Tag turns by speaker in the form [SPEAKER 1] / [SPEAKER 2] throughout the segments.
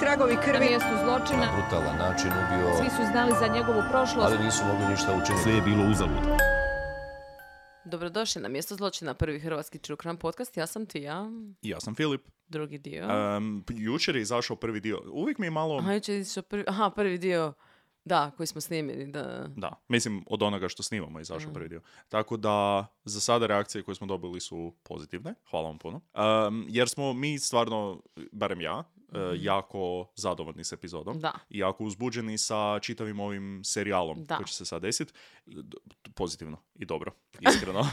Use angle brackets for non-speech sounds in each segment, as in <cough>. [SPEAKER 1] tragovi
[SPEAKER 2] Na
[SPEAKER 1] krvi.
[SPEAKER 2] mjestu zločina
[SPEAKER 3] brutalan način
[SPEAKER 2] svi
[SPEAKER 3] ubio,
[SPEAKER 2] su znali za njegovu prošlost.
[SPEAKER 3] ali nisu mogli ništa učiniti.
[SPEAKER 4] Sve je bilo uzalud.
[SPEAKER 5] Dobrodošli na mjesto zločina, prvi hrvatski true crime podcast. Ja sam ti, ja,
[SPEAKER 4] Ja sam Filip.
[SPEAKER 5] drugi dio.
[SPEAKER 4] Um, jučer je izašao prvi dio. Uvijek mi je malo...
[SPEAKER 5] Aha, jučer je izašao prvi, aha, prvi dio, da, koji smo snimili, da.
[SPEAKER 4] Da, mislim od onoga što snimamo je
[SPEAKER 5] Mm.
[SPEAKER 4] izašao prvi dio. Tako da za sada reakcije koje smo dobili su pozitivne, hvala vam puno. Um, jer smo mi stvarno, barem ja, e, jako zadovoljni s epizodom.
[SPEAKER 5] Mhm. Da.
[SPEAKER 4] I jako uzbuđeni sa čitavim ovim serijalom
[SPEAKER 5] Da.
[SPEAKER 4] koji će se sad desiti. Pozitivno i dobro, iskreno.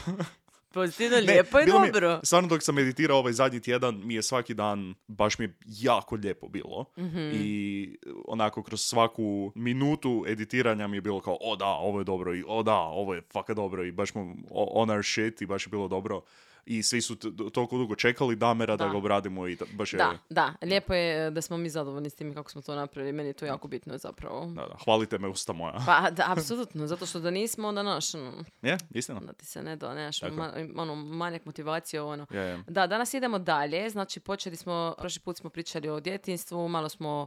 [SPEAKER 5] Pozitivno,
[SPEAKER 4] Ne,
[SPEAKER 5] lijepo i
[SPEAKER 4] bilo mi je-
[SPEAKER 5] dobro.
[SPEAKER 4] stvarno dok sam meditirao ovaj zadnji tjedan, mi je svaki dan, baš mi je jako lijepo bilo.
[SPEAKER 5] Mhm.
[SPEAKER 4] I onako kroz svaku minutu editiranja mi je bilo kao, o da, ovo je dobro i o da, ovo je faka dobro i baš mu o- on our shit i baš je bilo dobro. I svi su t- toliko dugo čekali Damera da,
[SPEAKER 5] Da.
[SPEAKER 4] ga obradimo i ta- baš je...
[SPEAKER 5] Da, da, lijepo je e, da smo mi zadovoljni s time kako smo to napravili, meni je to jako bitno zapravo.
[SPEAKER 4] Da, da, hvalite me usta moja.
[SPEAKER 5] Pa, da, apsolutno, zato što da nismo, onda naš, ono,
[SPEAKER 4] Je, istina.
[SPEAKER 5] da ti se ne da, nemaš
[SPEAKER 4] Tako je. Ja.
[SPEAKER 5] ma- ono, manjak motivacije, ono.
[SPEAKER 4] Je, je.
[SPEAKER 5] Da, danas idemo dalje, znači počeli smo, prošli put smo pričali o djetinstvu, malo smo,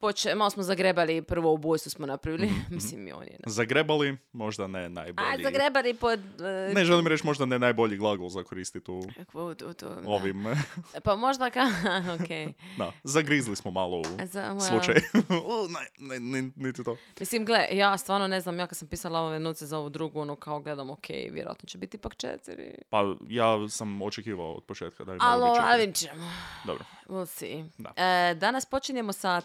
[SPEAKER 5] poče, malo smo zagrebali, prvo ubojstvo smo napravili,
[SPEAKER 4] Mhm,
[SPEAKER 5] <laughs> mislim i on je.
[SPEAKER 4] Zagrebali, možda ne najbolji.
[SPEAKER 5] A, zagrebali pod... eh,
[SPEAKER 4] Ne želim reći možda ne najbolji glagol za koristiti u ovim...
[SPEAKER 5] Pa možda ka... <laughs> ok.
[SPEAKER 4] Da, zagrizli smo malo u
[SPEAKER 5] Za- well. <laughs>
[SPEAKER 4] slučaj. U, ne, ne, ne, niti to.
[SPEAKER 5] Mislim, gle, ja stvarno ne znam, ja kad sam pisala ove noce za ovu drugu, ono kao gledam, ok, vjerojatno će biti ipak četiri.
[SPEAKER 4] Pa ja sam očekivao od početka da je malo
[SPEAKER 5] Alo,
[SPEAKER 4] bit četiri.
[SPEAKER 5] ali vidit ćemo.
[SPEAKER 4] Dobro.
[SPEAKER 5] We'll see.
[SPEAKER 4] Da.
[SPEAKER 5] E, danas počinjemo sa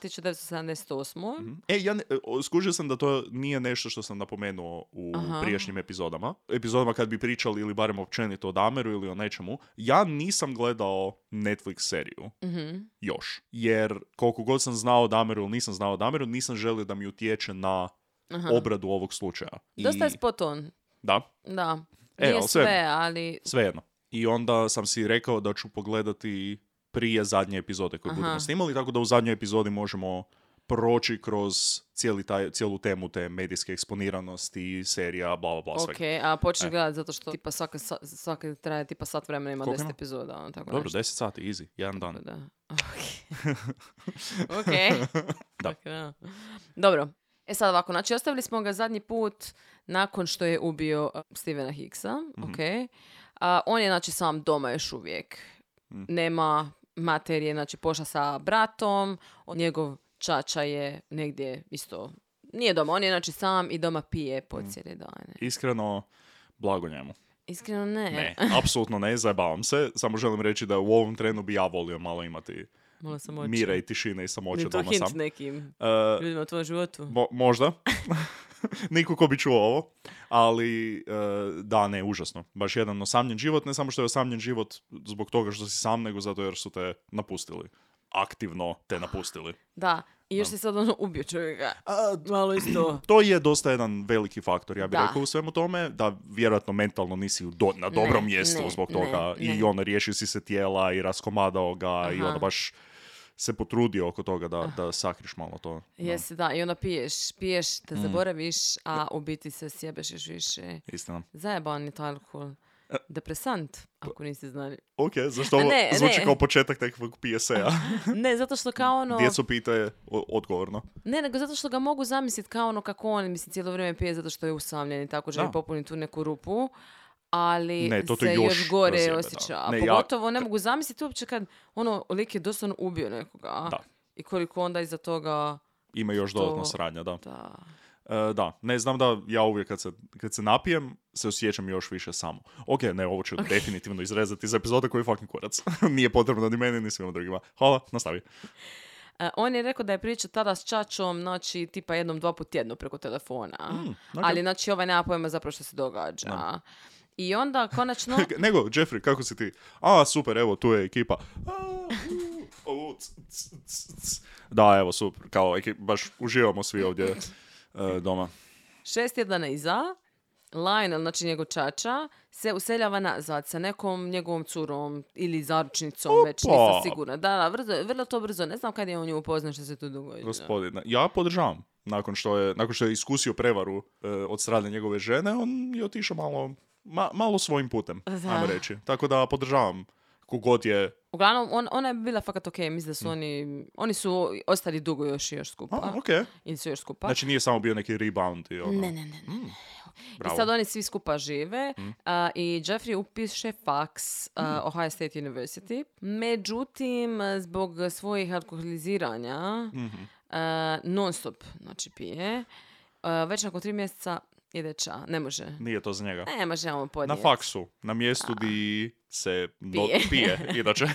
[SPEAKER 5] 1978.
[SPEAKER 4] E, ja ne- o, skužio sam da to nije nešto što sam napomenuo u
[SPEAKER 5] Aha.
[SPEAKER 4] prijašnjim epizodama. Epizodama kad bi pričali ili barem općenito o Dameru ili o nečemu. Ja nisam gledao Netflix seriju.
[SPEAKER 5] Mhm.
[SPEAKER 4] Još. Jer koliko god sam znao o Dameru ili nisam znao o Dameru, nisam želio da mi utječe na
[SPEAKER 5] Aha.
[SPEAKER 4] obradu ovog slučaja. I-
[SPEAKER 5] Dosta je spot on.
[SPEAKER 4] Da.
[SPEAKER 5] Da.
[SPEAKER 4] E,
[SPEAKER 5] Nije
[SPEAKER 4] ali sve-
[SPEAKER 5] sve, ali
[SPEAKER 4] Svejedno. I onda sam si rekao da ću pogledati prije zadnje epizode koje
[SPEAKER 5] Aha.
[SPEAKER 4] budemo snimali, tako da u zadnjoj epizodi možemo proći kroz cijeli taj, cijelu temu te medijske eksponiranosti, serija, bla, bla, bla,
[SPEAKER 5] Ok,
[SPEAKER 4] svega.
[SPEAKER 5] a počni gledat zato što tipa svaka, sa- svaka traje tipa sat vremena ima
[SPEAKER 4] Koliko
[SPEAKER 5] 10
[SPEAKER 4] ima?
[SPEAKER 5] epizoda, ono tako
[SPEAKER 4] Dobro,
[SPEAKER 5] nešto.
[SPEAKER 4] 10 sati, easy, jedan dan. <laughs>
[SPEAKER 5] Da. Ok. ok.
[SPEAKER 4] Da.
[SPEAKER 5] Ok, da. Dobro. E sad ovako, znači ostavili smo ga zadnji put nakon što je ubio uh, Stevena Higgsa,
[SPEAKER 4] Mhm.
[SPEAKER 5] ok. A, on je znači sam doma još uvijek.
[SPEAKER 4] Mhm.
[SPEAKER 5] Nema materije, znači pošla sa bratom, on- njegov čača je negdje isto, nije doma, on je znači sam i doma pije
[SPEAKER 4] Mhm.
[SPEAKER 5] po cijele dane.
[SPEAKER 4] Iskreno, blago njemu.
[SPEAKER 5] Iskreno <laughs> ne.
[SPEAKER 4] Ne, apsolutno ne, zajebavam se. Samo želim reći da u ovom trenu bi ja volio malo imati
[SPEAKER 5] Malo sam oči.
[SPEAKER 4] mira i tišine i samoće
[SPEAKER 5] Ili to
[SPEAKER 4] doma
[SPEAKER 5] hint
[SPEAKER 4] sam.
[SPEAKER 5] nekim
[SPEAKER 4] E,
[SPEAKER 5] ljudima u tvojom životu.
[SPEAKER 4] Mo- možda. <laughs> Niko ko bi čuo ovo. Ali, e, da, ne, užasno. Baš jedan osamljen život, ne samo što je osamljen život zbog toga što si sam, nego zato jer su te napustili. Aktivno te napustili.
[SPEAKER 5] Da, i još si sad ono ubio čovjeka. Malo
[SPEAKER 4] <clears throat>
[SPEAKER 5] isto.
[SPEAKER 4] To je dosta jedan veliki faktor, ja bih
[SPEAKER 5] Da.
[SPEAKER 4] rekao u svemu tome, da vjerojatno mentalno nisi u do- na dobrom
[SPEAKER 5] Ne,
[SPEAKER 4] mjestu
[SPEAKER 5] ne,
[SPEAKER 4] zbog
[SPEAKER 5] ne,
[SPEAKER 4] toga. I
[SPEAKER 5] ne.
[SPEAKER 4] ono, riješio si se tijela i raskomadao ga i
[SPEAKER 5] Aha. Ah.
[SPEAKER 4] onda baš se potrudio oko toga da, da sakriš malo to. Da,
[SPEAKER 5] <clears throat> Jesi, da, i onda piješ, piješ, te
[SPEAKER 4] Mm.
[SPEAKER 5] zaboraviš, a u biti se sjebeš još više.
[SPEAKER 4] Istina.
[SPEAKER 5] Zajeban je to alkohol.
[SPEAKER 4] E.
[SPEAKER 5] Depresant,
[SPEAKER 4] Pa-
[SPEAKER 5] ako niste znali.
[SPEAKER 4] Ok, zašto
[SPEAKER 5] A
[SPEAKER 4] ovo
[SPEAKER 5] ne,
[SPEAKER 4] zvuči
[SPEAKER 5] ne.
[SPEAKER 4] kao početak nekakvog PSA-a?
[SPEAKER 5] Ne, zato što kao ono...
[SPEAKER 4] Djecu pita je o- odgovorno.
[SPEAKER 5] Ne, nego zato što ga mogu zamisliti kao ono kako on, mislim, cijelo vrijeme pije zato što je usamljen i tako želi
[SPEAKER 4] Da.
[SPEAKER 5] popuniti tu neku rupu. Ali
[SPEAKER 4] Ne, to te
[SPEAKER 5] se
[SPEAKER 4] još
[SPEAKER 5] još, gore
[SPEAKER 4] razjebe, da.
[SPEAKER 5] osjeća. A
[SPEAKER 4] Ne, ja-
[SPEAKER 5] Pogotovo ne mogu zamisliti uopće kad ono, lik je doslovno ubio nekoga.
[SPEAKER 4] Da.
[SPEAKER 5] I koliko onda iza toga...
[SPEAKER 4] Ima još
[SPEAKER 5] Što-
[SPEAKER 4] dodatno sranja, da.
[SPEAKER 5] Da.
[SPEAKER 4] E, da, ne, znam da ja uvijek kad se, kad se napijem, se osjećam još više samo. Ok, ne, ovo
[SPEAKER 5] <laughs>
[SPEAKER 4] ću definitivno izrezati iz epizoda koji je fucking kurac. <laughs> Nije potrebno ni meni, ni svima drugima. Hvala, nastavi.
[SPEAKER 5] E, on je rekao da je pričao tada s čačom, znači, tipa jednom, dva put tjedno preko telefona.
[SPEAKER 4] Mm, ok.
[SPEAKER 5] Ali, znači, ovaj nema pojma zapravo što se događa. I onda, konačno...
[SPEAKER 4] <laughs> Nego, Jeffrey, kako si ti? A, super, evo, tu je ekipa. A, u, o, c, c, c, c. Da, evo, super, kao, eki- baš uživamo svi ovdje e, doma.
[SPEAKER 5] Šest tjedana iza, Lionel, znači njegov čača, se useljava nazad sa nekom njegovom curom ili zaručnicom, već
[SPEAKER 4] Opa!
[SPEAKER 5] nisam sigurna. Da, da, vrlo, vrlo to brzo. Ne znam kad je on nju upoznao što se tu dogodilo.
[SPEAKER 4] Gospodine, ja podržavam. Nakon što je, nakon što je iskusio prevaru e, od strane njegove žene, on je otišao malo, ma- malo svojim putem,
[SPEAKER 5] Da.
[SPEAKER 4] ajmo reći. Tako da podržavam kogod je...
[SPEAKER 5] Uglavnom, on, ona je bila fakat ok, mislim da su oni, oni su ostali dugo još i još skupa.
[SPEAKER 4] Hm. A, okej.
[SPEAKER 5] Ili su još skupa.
[SPEAKER 4] Znači nije samo bio neki rebound i ono.
[SPEAKER 5] Pa, ne, ne, ne, ne.
[SPEAKER 4] Bravo. Mm.
[SPEAKER 5] I sad oni svi skupa žive a, i Jeffrey upiše faks a, Ohio State University. Međutim, a, zbog svojih alkoholiziranja
[SPEAKER 4] Mhm.
[SPEAKER 5] a, non stop znači, pije. a, već nakon tri mjeseca ide ča. Ne može.
[SPEAKER 4] Nije to za njega.
[SPEAKER 5] Ne može on
[SPEAKER 4] Na
[SPEAKER 5] podnijeti.
[SPEAKER 4] faksu, na mjestu di se do-
[SPEAKER 5] Pije.
[SPEAKER 4] <laughs> pije,
[SPEAKER 5] <laughs>
[SPEAKER 4] inače.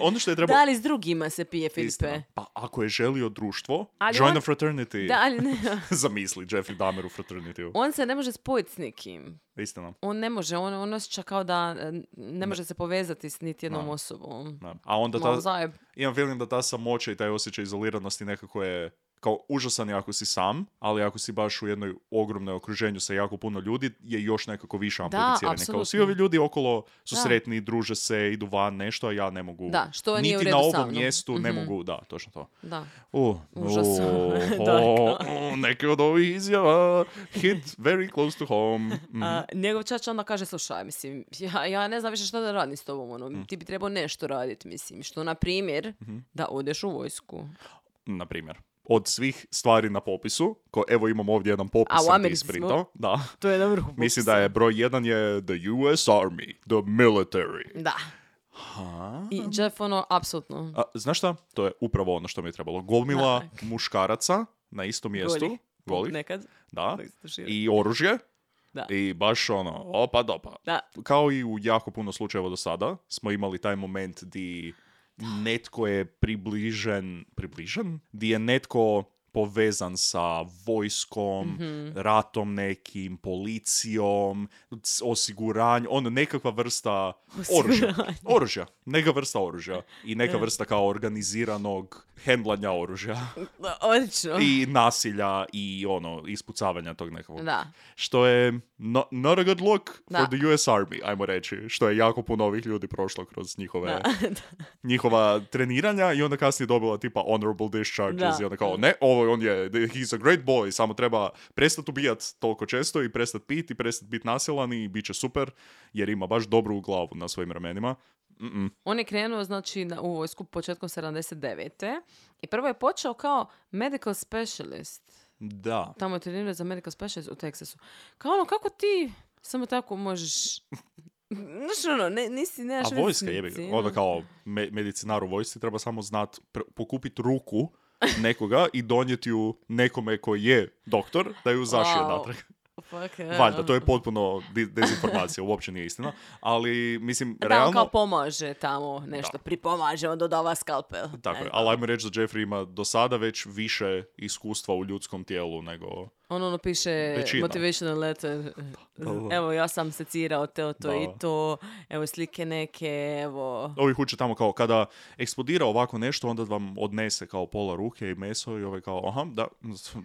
[SPEAKER 4] ono što je trebalo...
[SPEAKER 5] Da li s drugima se pije, Filipe?
[SPEAKER 4] Istina. Pa ako je želio društvo,
[SPEAKER 5] Ali
[SPEAKER 4] join
[SPEAKER 5] on-
[SPEAKER 4] a fraternity.
[SPEAKER 5] Da, ali ne.
[SPEAKER 4] <laughs>
[SPEAKER 5] <laughs>
[SPEAKER 4] Zamisli Jeffrey Dahmer u fraternityu.
[SPEAKER 5] On se ne može spojiti s nikim.
[SPEAKER 4] Istina.
[SPEAKER 5] On ne može, on, on osjeća kao da e, ne može se povezati s niti jednom
[SPEAKER 4] Da.
[SPEAKER 5] osobom.
[SPEAKER 4] Da. A onda
[SPEAKER 5] Malo
[SPEAKER 4] ta,
[SPEAKER 5] zajeb.
[SPEAKER 4] imam feeling da ta samoća i taj osjećaj izoliranosti nekako je kao užasan je ako si sam, ali ako si baš u jednoj ogromnoj okruženju sa jako puno ljudi, je još nekako više amplificiranje. Kao svi
[SPEAKER 5] apsolutno.
[SPEAKER 4] ovi ljudi okolo su
[SPEAKER 5] Da.
[SPEAKER 4] sretni, druže se, idu van, nešto, a ja ne mogu.
[SPEAKER 5] Da, što
[SPEAKER 4] niti
[SPEAKER 5] nije u
[SPEAKER 4] na
[SPEAKER 5] redu sa
[SPEAKER 4] ovom
[SPEAKER 5] mnom. Mhm.
[SPEAKER 4] mjestu ne mogu, da, točno to.
[SPEAKER 5] Da.
[SPEAKER 4] Uh,
[SPEAKER 5] Užasno.
[SPEAKER 4] uh,
[SPEAKER 5] <laughs> Da,
[SPEAKER 4] uh, uh, neke od ovih izjava hit very close to home. Mm.
[SPEAKER 5] A, njegov čača onda kaže, slušaj, mislim, ja, ja ne znam više šta da radim s tobom, ono,
[SPEAKER 4] Mhm.
[SPEAKER 5] ti bi trebao nešto raditi, mislim, što na primjer, da odeš u vojsku.
[SPEAKER 4] na primjer. Od svih stvari na popisu, ko, evo imamo ovdje jedan popis,
[SPEAKER 5] A, u
[SPEAKER 4] sam ti
[SPEAKER 5] Americi smo.
[SPEAKER 4] isprintao. Da.
[SPEAKER 5] To je na vrhu
[SPEAKER 4] Mislim da je broj jedan je the US Army, the military.
[SPEAKER 5] Da. I Jeff, ono, apsolutno.
[SPEAKER 4] A, znaš šta? To je upravo ono što mi je trebalo. Gomila muškaraca na istom mjestu.
[SPEAKER 5] Goli.
[SPEAKER 4] Golih,
[SPEAKER 5] Nekad.
[SPEAKER 4] Da.
[SPEAKER 5] Nek se tušira.
[SPEAKER 4] I oružje.
[SPEAKER 5] Da.
[SPEAKER 4] I baš ono, opa dopa.
[SPEAKER 5] Da.
[SPEAKER 4] Kao i u jako puno slučajeva do sada, smo imali taj moment di netko je približen, približen? Di je netko povezan sa vojskom,
[SPEAKER 5] Mhm.
[SPEAKER 4] ratom nekim, policijom, s- osiguranjem, ono nekakva vrsta oružja. Oružja, neka vrsta oružja i neka vrsta kao organiziranog hendlanja oružja
[SPEAKER 5] Da, Odlično.
[SPEAKER 4] i nasilja i ono, ispucavanja tog nekakvog
[SPEAKER 5] Da.
[SPEAKER 4] što je no, not a good look
[SPEAKER 5] Da.
[SPEAKER 4] for the US Army, ajmo reći, što je jako puno ovih ljudi prošlo kroz
[SPEAKER 5] <laughs>
[SPEAKER 4] njihove, njihova treniranja i onda kasnije dobila tipa honorable discharges
[SPEAKER 5] Da.
[SPEAKER 4] i onda kao ne, ovo on je, he's a great boy, samo treba prestati ubijat toliko često i prestat pit i prestat bit nasilan i bit će super jer ima baš dobru glavu na svojim ramenima. Mm-mm.
[SPEAKER 5] On je krenuo znači na, u vojsku početkom 79. I prvo je počeo kao medical specialist.
[SPEAKER 4] Da.
[SPEAKER 5] Tamo je trenirao za medical specialist u Teksasu. Kao ono, kako ti samo tako možeš... <laughs> Znaš ono, ne, nisi, nemaš
[SPEAKER 4] A
[SPEAKER 5] veze s
[SPEAKER 4] vojska je,
[SPEAKER 5] medicinom.
[SPEAKER 4] onda kao me- medicinar u vojsci treba samo znat pre- pokupit ruku nekoga i donijeti ju nekome koji je doktor da ju zašije
[SPEAKER 5] Wow.
[SPEAKER 4] natrag.
[SPEAKER 5] Fuck, ja.
[SPEAKER 4] Valjda, to je potpuno di- dezinformacija, uopće nije istina. Ali, mislim,
[SPEAKER 5] Da, on
[SPEAKER 4] realno...
[SPEAKER 5] kao pomaže tamo nešto, pripomaže, onda dodava skalpel.
[SPEAKER 4] Tako je,
[SPEAKER 5] Ne.
[SPEAKER 4] ali ajmo reći da Jeffrey ima do sada već više iskustva u ljudskom tijelu nego...
[SPEAKER 5] On ono piše
[SPEAKER 4] Većina.
[SPEAKER 5] motivational letter.
[SPEAKER 4] da.
[SPEAKER 5] Evo, ja sam secirao teo to
[SPEAKER 4] Da.
[SPEAKER 5] i to. Evo slike neke, evo...
[SPEAKER 4] Ovi uče tamo kao kada eksplodira ovako nešto, onda vam odnese kao pola ruke i meso i ove kao, aha, da,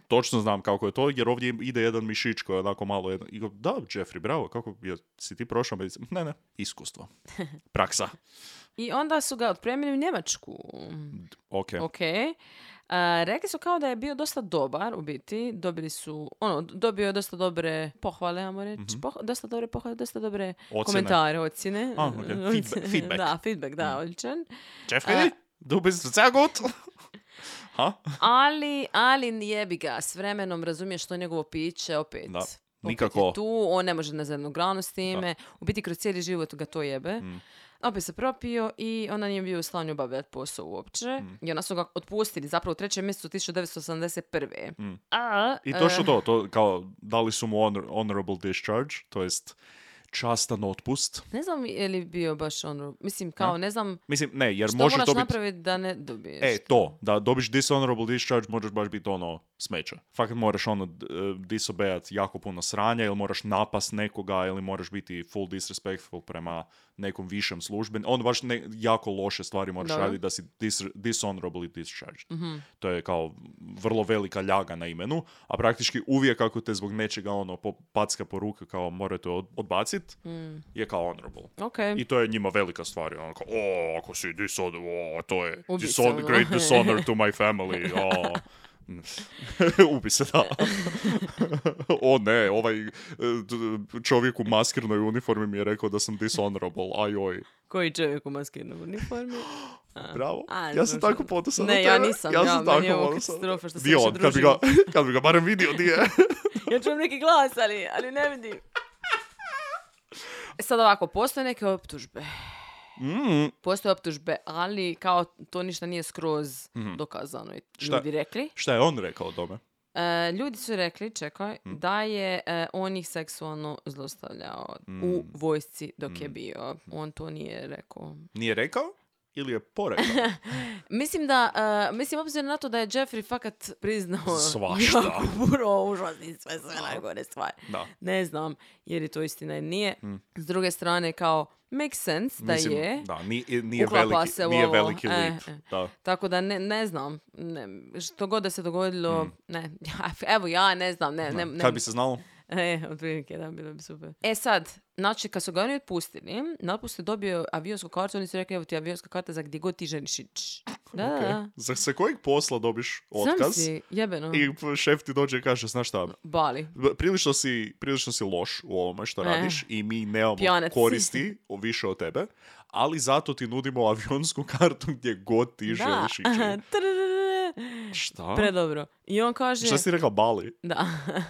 [SPEAKER 4] točno znam kako je to, jer ovdje ide jedan mišić koji je onako malo jedan. I go, da, Jeffrey, bravo, kako je, si ti prošao medicinu? Ne, ne,
[SPEAKER 5] <laughs>
[SPEAKER 4] iskustvo. Praksa.
[SPEAKER 5] I onda su ga otpremili u Njemačku.
[SPEAKER 4] Ok.
[SPEAKER 5] Ok. A, rekli su kao da je bio dosta dobar u biti. Dobili su, ono, dobio je dosta dobre pohvale, ajmo reći. Poh- dosta dobre pohvale, dosta dobre
[SPEAKER 4] Mhm. Ocjene.
[SPEAKER 5] komentare, ocjene.
[SPEAKER 4] A, ok. Feedback- feedback.
[SPEAKER 5] <laughs>
[SPEAKER 4] Mhm.
[SPEAKER 5] da, feedback, da, odličan.
[SPEAKER 4] Jeffrey, du bist sehr gut. ha?
[SPEAKER 5] Ali, ali jebi ga, s vremenom razumiješ što je njegovo piće opet.
[SPEAKER 4] Da.
[SPEAKER 5] Opet je
[SPEAKER 4] Nikako.
[SPEAKER 5] tu, on ne može na zajednu granu s time. U biti kroz cijeli život ga to jebe.
[SPEAKER 4] Mm.
[SPEAKER 5] Opet se propio i ona nije bio u stanju obavljati posao uopće.
[SPEAKER 4] Mm.
[SPEAKER 5] I onda su ga otpustili zapravo u trećem mjesecu 1981. A,
[SPEAKER 4] Mm. I
[SPEAKER 5] e,
[SPEAKER 4] točno to, to kao, dali su mu honor- honorable discharge, to jest častan otpust.
[SPEAKER 5] ne znam je li bio baš ono, mislim kao ne znam
[SPEAKER 4] Mislim, ne, jer
[SPEAKER 5] što
[SPEAKER 4] može
[SPEAKER 5] moraš
[SPEAKER 4] to biti...
[SPEAKER 5] napraviti da ne dobiješ.
[SPEAKER 4] E, to, da dobiš dishonorable discharge, možeš baš biti ono smeće. Fakat moraš ono d- e, disobejat jako puno sranja, ili moraš napast nekoga, ili moraš biti full disrespectful prema nekom višem služben. On baš ne, jako loše stvari moraš
[SPEAKER 5] Dobro.
[SPEAKER 4] raditi da si dis, dishonorably discharged. To je kao vrlo velika ljaga na imenu, a praktički uvijek ako te zbog nečega ono po- packa poruka kao morate od- odbacit, je kao honorable.
[SPEAKER 5] Ok.
[SPEAKER 4] I to je njima velika stvar. Ono kao, o, ako si dishonor, o, to je
[SPEAKER 5] Ubica,
[SPEAKER 4] dishon-
[SPEAKER 5] <laughs> ono."
[SPEAKER 4] great dishonor to my family. O. <laughs> Ubi se, da. <laughs> o ne, ovaj eh, d- čovjek u maskirnoj uniformi mi je rekao da sam dishonorable, ajoj.
[SPEAKER 5] Koji čovjek u maskirnoj uniformi?
[SPEAKER 4] <laughs>
[SPEAKER 5] A.
[SPEAKER 4] Bravo.
[SPEAKER 5] A, ne
[SPEAKER 4] ja
[SPEAKER 5] znam
[SPEAKER 4] sam
[SPEAKER 5] što-
[SPEAKER 4] tako ponosan na
[SPEAKER 5] Ne, ja
[SPEAKER 4] tebe.
[SPEAKER 5] nisam,
[SPEAKER 4] Ja
[SPEAKER 5] ja,
[SPEAKER 4] sam
[SPEAKER 5] meni je
[SPEAKER 4] tako
[SPEAKER 5] ovo
[SPEAKER 4] ponosan.
[SPEAKER 5] katastrofa što se
[SPEAKER 4] Di
[SPEAKER 5] više
[SPEAKER 4] on, kad bi, ga, <laughs> kad bi ga barem vidio, di je.
[SPEAKER 5] Ja čujem neki glas, ali, ali ne vidim. E, Sad ovako, postoje neke optužbe.
[SPEAKER 4] Mm,
[SPEAKER 5] Postoje optužbe, ali kao to ništa nije skroz dokazano. i
[SPEAKER 4] Mhm. Šta?
[SPEAKER 5] Ljudi rekli.
[SPEAKER 4] <laughs> šta je on rekao o tome?
[SPEAKER 5] E, ljudi su rekli, čekaj,
[SPEAKER 4] Mhm.
[SPEAKER 5] da je e, on ih seksualno zlostavljao
[SPEAKER 4] Mm.
[SPEAKER 5] u vojsci dok je bio.
[SPEAKER 4] Mhm.
[SPEAKER 5] On to nije rekao.
[SPEAKER 4] Nije rekao ili je porekao?
[SPEAKER 5] Mislim da, e, mislim obzirom na to da je Jeffrey fakat priznao
[SPEAKER 4] <laughs> Svašta.
[SPEAKER 5] jako puno užasnih sve, sve najgore stvari.
[SPEAKER 4] Da. Mm.
[SPEAKER 5] Ne znam, jer je to istina ili nije. S druge strane, kao, makes sense <laughs> da
[SPEAKER 4] Mislim,
[SPEAKER 5] je.
[SPEAKER 4] Da, nije, nije
[SPEAKER 5] Uklapa
[SPEAKER 4] veliki,
[SPEAKER 5] se u
[SPEAKER 4] nije
[SPEAKER 5] ovo.
[SPEAKER 4] veliki
[SPEAKER 5] E,
[SPEAKER 4] leap.
[SPEAKER 5] e.
[SPEAKER 4] Da.
[SPEAKER 5] Tako da ne, ne znam, ne, što god da se dogodilo, ne, evo ja ne znam, ne, ne, ne,
[SPEAKER 4] Mm. Kad bi se znalo?
[SPEAKER 5] E, otprilike, da, bilo bi super. E sad, znači, kad su ga oni otpustili, napustu je dobio avionsku kartu, oni su rekli, evo ti avijonska karta za gdje god ti
[SPEAKER 4] <laughs>
[SPEAKER 5] želiš ići. Da, da, da.
[SPEAKER 4] Ok. Za se kojeg posla dobiš
[SPEAKER 5] Znam
[SPEAKER 4] otkaz?
[SPEAKER 5] si, jebeno,
[SPEAKER 4] I p- šef ti dođe i kaže, znaš šta,
[SPEAKER 5] Bali.
[SPEAKER 4] b- prilično si, prilično si loš u ovome što radiš i mi nemamo
[SPEAKER 5] E. Pijanac si."
[SPEAKER 4] koristi o- više od tebe, ali zato ti nudimo avionsku <laughs> kartu gdje god ti
[SPEAKER 5] Da.
[SPEAKER 4] želiš
[SPEAKER 5] <laughs>
[SPEAKER 4] ići.
[SPEAKER 5] Trrrrrr.
[SPEAKER 4] Šta?
[SPEAKER 5] Predobro. I on kaže...
[SPEAKER 4] Pa. Šta si rekao, Bali?
[SPEAKER 5] Da,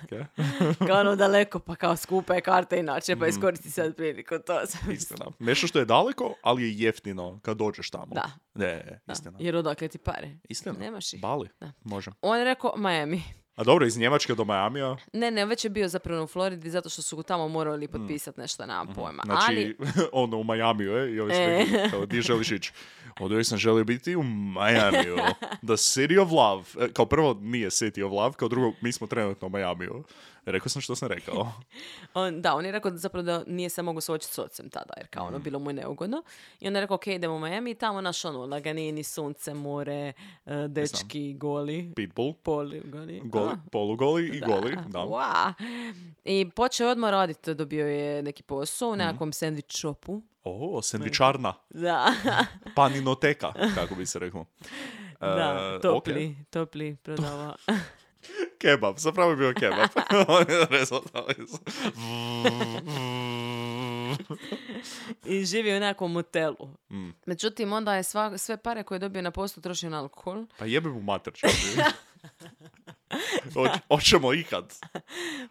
[SPEAKER 5] <laughs>
[SPEAKER 4] Okay.
[SPEAKER 5] kao ono daleko, pa kao skupa je karta inače,
[SPEAKER 4] Mhm.
[SPEAKER 5] pa iskoristi sad priliku, to sam
[SPEAKER 4] Istina. Nešto što je daleko, ali je jeftino kad dođeš tamo.
[SPEAKER 5] Da.
[SPEAKER 4] Ne,
[SPEAKER 5] Da,
[SPEAKER 4] istina.
[SPEAKER 5] Jer odakle ti pare?
[SPEAKER 4] Istina.
[SPEAKER 5] Nemaš ih.
[SPEAKER 4] Bali.
[SPEAKER 5] Da.
[SPEAKER 4] Može.
[SPEAKER 5] On je rekao Miami.
[SPEAKER 4] A dobro, iz Njemačke do Majamija.
[SPEAKER 5] Ne, ne, već je bio zapravo u Floridi zato što su tamo morali potpisati nešto, nemam pojma. Ali,
[SPEAKER 4] Mhm. Znači, <laughs> ono u Majamiju, e, i ovi
[SPEAKER 5] E.
[SPEAKER 4] svi, kao, di želiš ići? Od uvijek sam želio biti u Majamiju. The city of love. E, Kao prvo, nije city of love, kao drugo, mi smo trenutno u Majamiju. Rekao sam što sam
[SPEAKER 5] <laughs>
[SPEAKER 4] rekao.
[SPEAKER 5] on, da, on je rekao da zapravo da nije se mogao suočiti s ocem tada, jer kao ono,
[SPEAKER 4] Mhm.
[SPEAKER 5] bilo mu je neugodno. I onda je rekao, ok, idemo u Miami i tamo naš ono, laganini, sunce, more, e, dečki, goli,
[SPEAKER 4] Pitbull,
[SPEAKER 5] poli, goli.
[SPEAKER 4] goli,
[SPEAKER 5] a,
[SPEAKER 4] polugoli i goli. Da.
[SPEAKER 5] Ua. I počeo je odmah raditi, dobio je neki posao
[SPEAKER 4] Mhm.
[SPEAKER 5] u nekakvom sandwich shopu.
[SPEAKER 4] O, sendvičarna. <laughs>
[SPEAKER 5] Da, <laughs>
[SPEAKER 4] Paninoteka, kako bi se reklo.
[SPEAKER 5] da,
[SPEAKER 4] E,
[SPEAKER 5] topli,
[SPEAKER 4] ok.
[SPEAKER 5] topli
[SPEAKER 4] <laughs>
[SPEAKER 5] prodava.
[SPEAKER 4] Kebab, zapravo je bio
[SPEAKER 5] <laughs>
[SPEAKER 4] kebab. <laughs> On je rezao tamo iz-
[SPEAKER 5] i živi u nekom motelu.
[SPEAKER 4] Mm.
[SPEAKER 5] Međutim, onda je sva, sve pare koje je dobio na poslu trošio na alkohol.
[SPEAKER 4] Pa jebe mu mater,
[SPEAKER 5] <laughs>
[SPEAKER 4] čovječe. Hoć- Hoćemo ikad.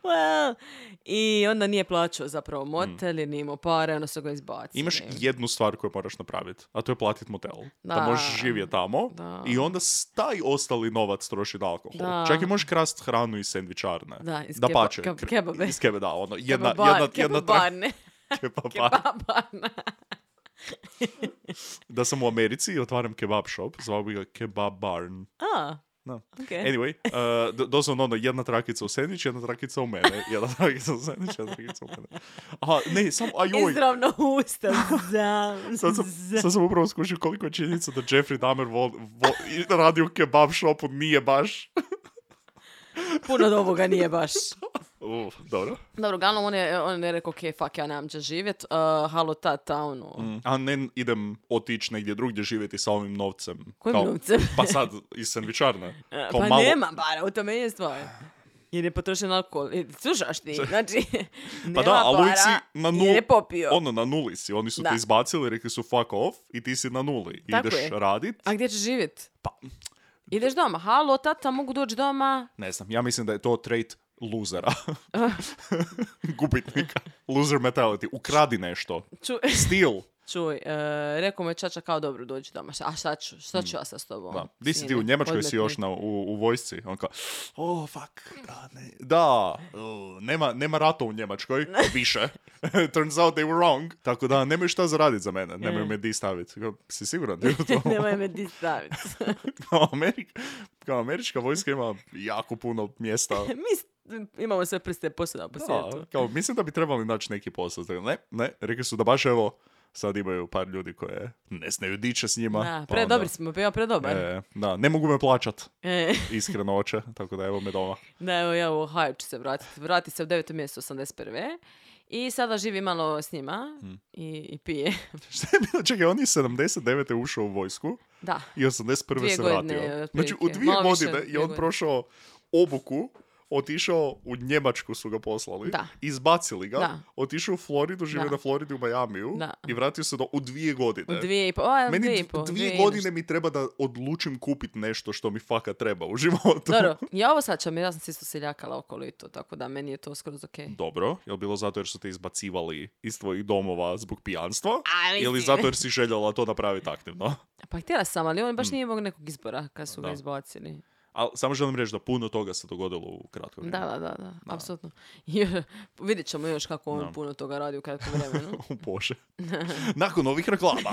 [SPEAKER 5] Well, I onda nije plaćao zapravo motel jer nije imao pare, onda su ga izbacili.
[SPEAKER 4] Mm. Imaš jednu stvar koju moraš napraviti, a to je platit motel. Da,
[SPEAKER 5] Da.
[SPEAKER 4] možeš živjeti tamo
[SPEAKER 5] Da.
[SPEAKER 4] i onda s- taj ostali novac troši na alkohol.
[SPEAKER 5] Da.
[SPEAKER 4] Čak i možeš krast hranu iz sendvičarne.
[SPEAKER 5] Da, iz
[SPEAKER 4] da
[SPEAKER 5] keba-
[SPEAKER 4] pače.
[SPEAKER 5] keb- kebabe.
[SPEAKER 4] Iz kebe, da. Ono, jedna,
[SPEAKER 5] Kebabar-
[SPEAKER 4] jedna,
[SPEAKER 5] <laughs>
[SPEAKER 4] jedna tra- <laughs>
[SPEAKER 5] kebabarne.
[SPEAKER 4] kebabar.
[SPEAKER 5] Kebabarna.
[SPEAKER 4] Da sam u Americi i otvaram kebab shop, zvao bi ga kebab barn.
[SPEAKER 5] A,
[SPEAKER 4] Da.
[SPEAKER 5] okej.
[SPEAKER 4] Anyway, uh, do- doslovno ono, jedna trakica u sendvič, jedna trakica u
[SPEAKER 5] <laughs>
[SPEAKER 4] mene, jedna trakica u sendvič, jedna trakica u mene. Aha, ne, samo, ajoj,
[SPEAKER 5] Izravno u <laughs> usta. Zam,
[SPEAKER 4] sad sam,
[SPEAKER 5] zam.
[SPEAKER 4] sad sam upravo skušio koliko je činjenica da Jeffrey Dahmer vol, vo- i radi u kebab shopu, nije baš.
[SPEAKER 5] Puno od ovoga nije baš.
[SPEAKER 4] <laughs> Uf, dobro.
[SPEAKER 5] Dobro, uglavnom on je, on je rekao, ok, fuck, ja nemam gdje živjet. Uh, halo, tata, ono.
[SPEAKER 4] A ne idem otići negdje drugdje živjeti sa ovim novcem.
[SPEAKER 5] Kojim novcem?
[SPEAKER 4] Pa sad, iz sandvičarne.
[SPEAKER 5] E,
[SPEAKER 4] Kao
[SPEAKER 5] <laughs> pa
[SPEAKER 4] malo-
[SPEAKER 5] nema bara, u tome je stvar. Jer je potrošen alkohol. I Slušaš ti, znači, <laughs> nema
[SPEAKER 4] <laughs> Pa da, ali
[SPEAKER 5] para
[SPEAKER 4] uvijek si na
[SPEAKER 5] jer
[SPEAKER 4] nuli.
[SPEAKER 5] je popio.
[SPEAKER 4] Ono, na nuli si. Oni su
[SPEAKER 5] Da.
[SPEAKER 4] te izbacili, rekli su fuck off i ti si na nuli.
[SPEAKER 5] Tako
[SPEAKER 4] Ideš
[SPEAKER 5] je.
[SPEAKER 4] radit.
[SPEAKER 5] A gdje ćeš živjet?
[SPEAKER 4] Pa,
[SPEAKER 5] Ideš doma, halo, tata, mogu doći doma?
[SPEAKER 4] ne znam, ja mislim da je to trait
[SPEAKER 5] <laughs>
[SPEAKER 4] losera. <laughs> Gubitnika. Loser mentality. Ukradi nešto.
[SPEAKER 5] Ču, <laughs>
[SPEAKER 4] Steal.
[SPEAKER 5] čuj, e, rekao mu je čača kao dobro, dođi doma. Šta- A šta ću, šta ću ja sa s tobom?
[SPEAKER 4] Mm. Da. Pa, Di si ti
[SPEAKER 5] Ono, sine,
[SPEAKER 4] u Njemačkoj si
[SPEAKER 5] podmetni?
[SPEAKER 4] još na, u, u vojsci? On kao, oh, fuck, da, ne. Da, uh, nema, nema rata u
[SPEAKER 5] <laughs>
[SPEAKER 4] Njemačkoj, više. <laughs> Turns out they were wrong. Tako da, nemaju šta zaraditi za
[SPEAKER 5] E.
[SPEAKER 4] mene, nemaju me di staviti. Kao, Si siguran? da je
[SPEAKER 5] <laughs>
[SPEAKER 4] to? <laughs>
[SPEAKER 5] Nemoj me ti staviti.
[SPEAKER 4] kao, Amerika, kao američka vojska ima jako puno
[SPEAKER 5] <laughs>
[SPEAKER 4] mjesta.
[SPEAKER 5] Mi s- imamo sve prste posuda po
[SPEAKER 4] Da,
[SPEAKER 5] svijetu.
[SPEAKER 4] kao, mislim da bi trebali naći neki posao. Dakle, Ne, ne, rekli su da baš evo, sad imaju par ljudi koje ne znaju diče s njima.
[SPEAKER 5] Da,
[SPEAKER 4] pa
[SPEAKER 5] pre
[SPEAKER 4] onda,
[SPEAKER 5] dobri smo, bio predobar.
[SPEAKER 4] e, da, ne mogu me plaćat,
[SPEAKER 5] E,
[SPEAKER 4] iskreno oče, tako da evo me doma.
[SPEAKER 5] da, evo ja u Ohio ću se vratiti. Vrati se u 9. mjestu 81. I sada živi malo s njima
[SPEAKER 4] Hmm.
[SPEAKER 5] i, i pije.
[SPEAKER 4] <laughs> Šta je bilo? Čekaj, on je 79. ušao u vojsku
[SPEAKER 5] <laughs> Da.
[SPEAKER 4] i 81.
[SPEAKER 5] Dvije
[SPEAKER 4] se
[SPEAKER 5] godine,
[SPEAKER 4] vratio.
[SPEAKER 5] otprilike.
[SPEAKER 4] Znači, u dvije
[SPEAKER 5] Malo više,
[SPEAKER 4] godine
[SPEAKER 5] dvije
[SPEAKER 4] je on
[SPEAKER 5] godine.
[SPEAKER 4] prošao obuku, otišao u Njemačku su ga poslali,
[SPEAKER 5] Da.
[SPEAKER 4] izbacili ga,
[SPEAKER 5] Da.
[SPEAKER 4] otišao u Floridu, žive
[SPEAKER 5] Da.
[SPEAKER 4] na Floridi u Majamiju
[SPEAKER 5] Da.
[SPEAKER 4] i vratio se do, u dvije godine.
[SPEAKER 5] U dvije i po. a,
[SPEAKER 4] E, Meni
[SPEAKER 5] dvije
[SPEAKER 4] dvije,
[SPEAKER 5] i po,
[SPEAKER 4] dvije
[SPEAKER 5] i
[SPEAKER 4] godine
[SPEAKER 5] nešto.
[SPEAKER 4] mi treba da odlučim kupit nešto što mi faka treba u životu.
[SPEAKER 5] Dobro, ja ovo sad ja sam se isto seljakala okolo i to, tako da meni je to skroz okej.
[SPEAKER 4] Dobro, je li bilo zato jer su te izbacivali iz tvojih domova zbog pijanstva?
[SPEAKER 5] A, mislim.
[SPEAKER 4] Ili zato jer si željela to napraviti aktivno?
[SPEAKER 5] Pa htjela sam, ali on baš nije imao nekog izbora kad su
[SPEAKER 4] Hmm. Da.
[SPEAKER 5] ga izbacili.
[SPEAKER 4] Ali samo želim reći da puno toga se dogodilo u kratko
[SPEAKER 5] Da,
[SPEAKER 4] <laughs>
[SPEAKER 5] da, da, da, apsolutno. <laughs> I, vidjet ćemo još kako on
[SPEAKER 4] Da.
[SPEAKER 5] puno toga radi u
[SPEAKER 4] <laughs>
[SPEAKER 5] kratkom vremenu.
[SPEAKER 4] O
[SPEAKER 5] <laughs>
[SPEAKER 4] Bože. Nakon ovih reklama.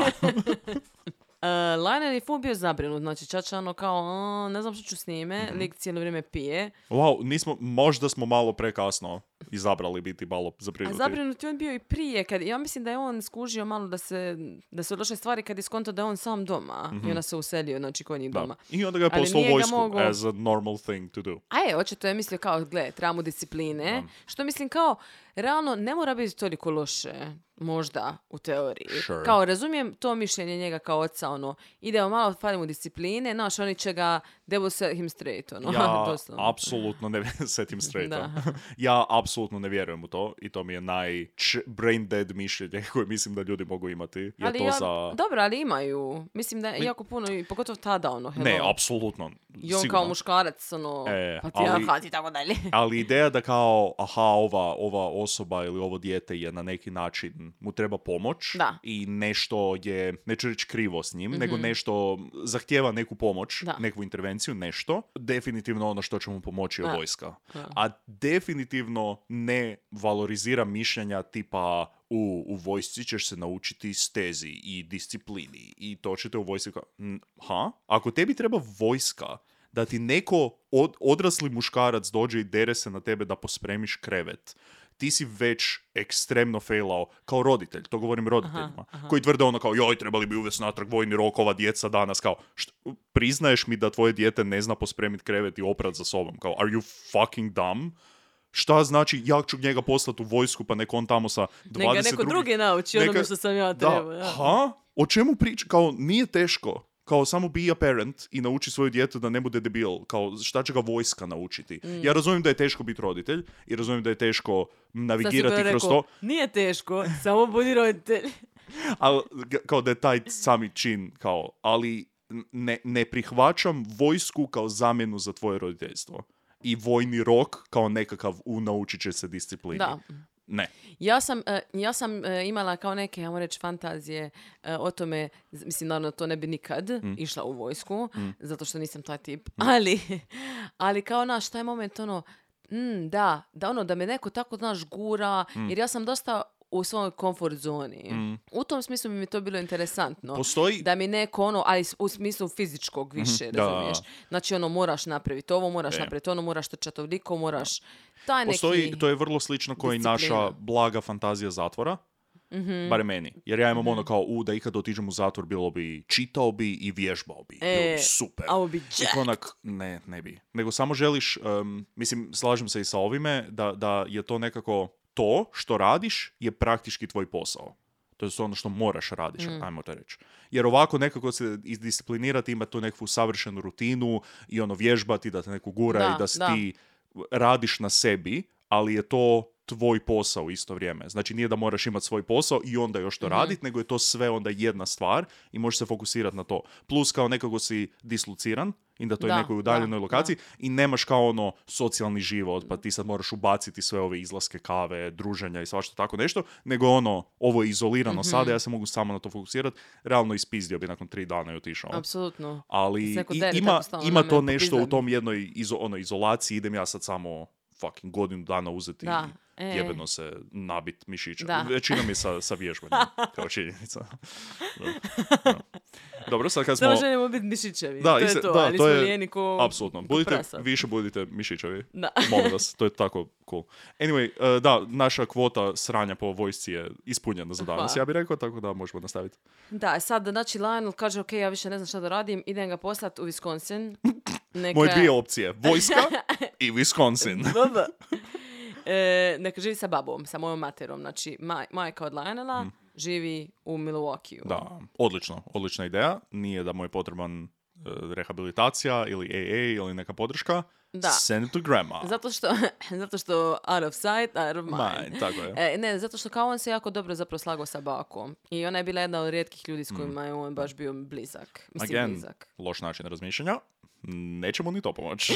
[SPEAKER 5] Uh, Lionel je ful bio zabrinut, znači Čača ono kao, "A, ne znam što ću s njime,
[SPEAKER 4] Mhm.
[SPEAKER 5] lik cijelo vrijeme pije.
[SPEAKER 4] wow, nismo, možda smo malo prekasno izabrali biti malo
[SPEAKER 5] A
[SPEAKER 4] zabrinuti.
[SPEAKER 5] zabrinut je on bio i prije, kad, ja mislim da je on skužio malo da se, da se odloše stvari kad je skonto da je on sam doma i onda se uselio, znači kod njih
[SPEAKER 4] Mhm. Da.
[SPEAKER 5] doma.
[SPEAKER 4] I onda ga je
[SPEAKER 5] Ali
[SPEAKER 4] poslao u
[SPEAKER 5] nije ga
[SPEAKER 4] vojsku
[SPEAKER 5] mogao-
[SPEAKER 4] as a normal thing to
[SPEAKER 5] <laughs>
[SPEAKER 4] do.
[SPEAKER 5] A je, očito je mislio kao, gle, treba mu discipline, što mislim kao, realno ne mora biti toliko loše, možda, u teoriji.
[SPEAKER 4] Sure.
[SPEAKER 5] Kao, razumijem to mišljenje njega kao oca, ono, idemo malo, fali mu discipline, znaš, oni će ga debo set him straight, ono,
[SPEAKER 4] Ja
[SPEAKER 5] <laughs> doslovno.
[SPEAKER 4] apsolutno ne <laughs> setim straighta.
[SPEAKER 5] <laughs> Da.
[SPEAKER 4] ja apsolutno ne vjerujem u to i to mi je naj brain dead mišljenje <laughs> koje mislim da ljudi mogu imati. Je
[SPEAKER 5] ali
[SPEAKER 4] to
[SPEAKER 5] ja-
[SPEAKER 4] za...
[SPEAKER 5] Dobro, ali imaju. Mislim da je jako puno, i pogotovo tada, ono, hello.
[SPEAKER 4] Ne, apsolutno.
[SPEAKER 5] I on
[SPEAKER 4] sigurno.
[SPEAKER 5] kao muškarac, ono,
[SPEAKER 4] E,
[SPEAKER 5] patrijarhat
[SPEAKER 4] ali-
[SPEAKER 5] i tako dalje. <laughs>
[SPEAKER 4] Ali ideja da kao, aha, ova, ova osoba ili ovo dijete je na neki način, mu treba pomoć
[SPEAKER 5] Da.
[SPEAKER 4] i nešto je, neću reći krivo s njim, nego nešto zahtjeva neku pomoć,
[SPEAKER 5] Mhm. Da.
[SPEAKER 4] neku intervenciju, nešto, definitivno ono što će mu pomoći je
[SPEAKER 5] Da.
[SPEAKER 4] vojska.
[SPEAKER 5] Da.
[SPEAKER 4] A definitivno ne valorizira mišljenja tipa u, u vojsci ćeš se naučiti stezi i disciplini i to ćete u vojsci kao, "Mm, ha? Ako tebi treba vojska da ti neko od- odrasli muškarac dođe i dere se na tebe da pospremiš krevet, ti si već ekstremno failao kao roditelj, to govorim roditeljima, koji tvrde ono kao joj, trebali bi uvesti natrag vojni rok, ova djeca danas, kao "Št- priznaješ mi da tvoje dijete ne zna pospremiti krevet i oprat za sobom, kao are you fucking dumb? Šta znači, ja ću njega poslati u vojsku pa nek on tamo sa 20
[SPEAKER 5] Neka neko
[SPEAKER 4] drugih-
[SPEAKER 5] drugi nauči onome
[SPEAKER 4] neka-
[SPEAKER 5] što sam ja
[SPEAKER 4] da,
[SPEAKER 5] trebao.
[SPEAKER 4] ha? O čemu priča? Kao, nije teško. Kao, samo be a parent i nauči svoje dijete da ne bude debil. Kao, šta će ga vojska naučiti?
[SPEAKER 5] Mm.
[SPEAKER 4] Ja razumijem da je teško biti roditelj i razumijem da je teško
[SPEAKER 5] Sad si
[SPEAKER 4] navigirati
[SPEAKER 5] bio
[SPEAKER 4] kroz
[SPEAKER 5] rekao,
[SPEAKER 4] to,
[SPEAKER 5] Nije teško, samo budi roditelj. <laughs>
[SPEAKER 4] ali ga- kao da je taj sami čin, kao, ali ne, ne prihvaćam vojsku kao zamjenu za tvoje roditeljstvo. I vojni rok kao nekakav u naučit će se disciplini.
[SPEAKER 5] Da.
[SPEAKER 4] Ne.
[SPEAKER 5] Ja sam, e, ja sam e, imala kao neke, ajmo reći, fantazije e, o tome, z- mislim, naravno, to ne bi nikad
[SPEAKER 4] Mm.
[SPEAKER 5] išla u vojsku, zato što nisam taj tip, ali, <laughs> ali kao, naš, taj moment, ono, mm, da, da, ono, da me neko tako, znaš, gura,
[SPEAKER 4] Mm.
[SPEAKER 5] jer ja sam dosta u svojoj comfort zoni. U tom smislu bi mi to bilo interesantno.
[SPEAKER 4] Postoji...
[SPEAKER 5] Da mi neko ono, ali s- u smislu fizičkog više,
[SPEAKER 4] Mhm. da, da, da.
[SPEAKER 5] razumiješ? Znači ono, moraš napraviti ovo, moraš
[SPEAKER 4] E.
[SPEAKER 5] napraviti ono, moraš trčati toliko, moraš taj neki...
[SPEAKER 4] Postoji, to je vrlo slično kao i naša
[SPEAKER 5] disciplina.
[SPEAKER 4] blaga fantazija zatvora.
[SPEAKER 5] Mhm.
[SPEAKER 4] Bare meni. Jer ja imam ono kao, u, da ikad otiđem u zatvor, bilo bi, čitao bi i vježbao bi. bilo
[SPEAKER 5] E,
[SPEAKER 4] bi super.
[SPEAKER 5] a ovo bi
[SPEAKER 4] I
[SPEAKER 5] jacked.
[SPEAKER 4] konak, ne, ne bi. Nego samo želiš, em, mislim, slažem se i sa ovime, da, da je to nekako to što radiš je praktički tvoj posao. To je ono što moraš radiš,
[SPEAKER 5] Mhm.
[SPEAKER 4] ajmo to reći. Jer ovako nekako se izdisciplinirati, ima tu nekakvu savršenu rutinu i ono vježbati da te neko gura
[SPEAKER 5] Da,
[SPEAKER 4] i da si
[SPEAKER 5] da.
[SPEAKER 4] ti radiš na sebi, ali je to tvoj posao u isto vrijeme. Znači nije da moraš imati svoj posao i onda još
[SPEAKER 5] Mhm.
[SPEAKER 4] to raditi, nego je to sve onda jedna stvar i možeš se fokusirati na to. Plus kao nekako si dislociran i da to je
[SPEAKER 5] Da,
[SPEAKER 4] nekoj udaljenoj
[SPEAKER 5] da,
[SPEAKER 4] lokaciji i nemaš kao ono socijalni život, pa ti sad moraš ubaciti sve ove izlaske kave, druženja i svašta tako nešto, nego je ono, ovo je izolirano
[SPEAKER 5] Mhm.
[SPEAKER 4] sada, ja se mogu samo na to fokusirati, realno ispizdio bi nakon tri dana i otišao
[SPEAKER 5] Apsolutno.
[SPEAKER 4] ali
[SPEAKER 5] Sve kod
[SPEAKER 4] i-
[SPEAKER 5] Dere
[SPEAKER 4] ima,
[SPEAKER 5] tako stalno
[SPEAKER 4] ima
[SPEAKER 5] na
[SPEAKER 4] to
[SPEAKER 5] mene
[SPEAKER 4] nešto u
[SPEAKER 5] popizdan.
[SPEAKER 4] tom jednoj izo, ono, izolaciji, idem ja sad samo fucking godinu dana uzeti
[SPEAKER 5] Da,
[SPEAKER 4] i
[SPEAKER 5] e.
[SPEAKER 4] jebeno se nabit mišića.
[SPEAKER 5] Da.
[SPEAKER 4] Većina mi je sa, sa
[SPEAKER 5] <laughs>
[SPEAKER 4] vježbanjem, kao činjenica. Da. Da. Dobro, sad kad smo...
[SPEAKER 5] Samo ono želimo biti mišićevi.
[SPEAKER 4] Da,
[SPEAKER 5] to
[SPEAKER 4] iste-
[SPEAKER 5] je to,
[SPEAKER 4] da,
[SPEAKER 5] ali
[SPEAKER 4] to
[SPEAKER 5] smo
[SPEAKER 4] je-
[SPEAKER 5] lijeni ko...
[SPEAKER 4] Apsolutno.
[SPEAKER 5] ko
[SPEAKER 4] Budite,
[SPEAKER 5] prasad.
[SPEAKER 4] više budite mišićevi.
[SPEAKER 5] Da.
[SPEAKER 4] <laughs> Molim vas, to je tako cool. Anyway, e, da, naša kvota sranja po vojsci je ispunjena za danas,
[SPEAKER 5] Hvala.
[SPEAKER 4] ja bih rekao, tako da možemo nastaviti.
[SPEAKER 5] Da, sad, znači, Lionel kaže, ok, ja više ne znam šta da radim, idem ga poslat u
[SPEAKER 4] <laughs>
[SPEAKER 5] Wisconsin. Neka... <laughs>
[SPEAKER 4] Moje dvije opcije, vojska i Wisconsin.
[SPEAKER 5] Dobro. <laughs> E, dakle, živi sa babom, sa mojom materom. Znači, maj, majka od Lionela živi u Milwaukee.
[SPEAKER 4] Mhm. Da, odlično, odlična ideja. Nije da mu je potreban e, rehabilitacija ili AA ili neka podrška.
[SPEAKER 5] Da.
[SPEAKER 4] Send it to grandma.
[SPEAKER 5] Zato što, <laughs> zato što out of sight, out of mind.
[SPEAKER 4] Mine, tako je.
[SPEAKER 5] E, ne, zato što kao on se jako dobro zapravo slagao sa bakom. I ona je bila jedna od rijetkih ljudi s kojima je on baš bio blizak. Mislim,
[SPEAKER 4] Mm, Again,
[SPEAKER 5] blizak.
[SPEAKER 4] loš način razmišljanja. Nećemo ni to
[SPEAKER 5] <laughs>
[SPEAKER 4] pomoći.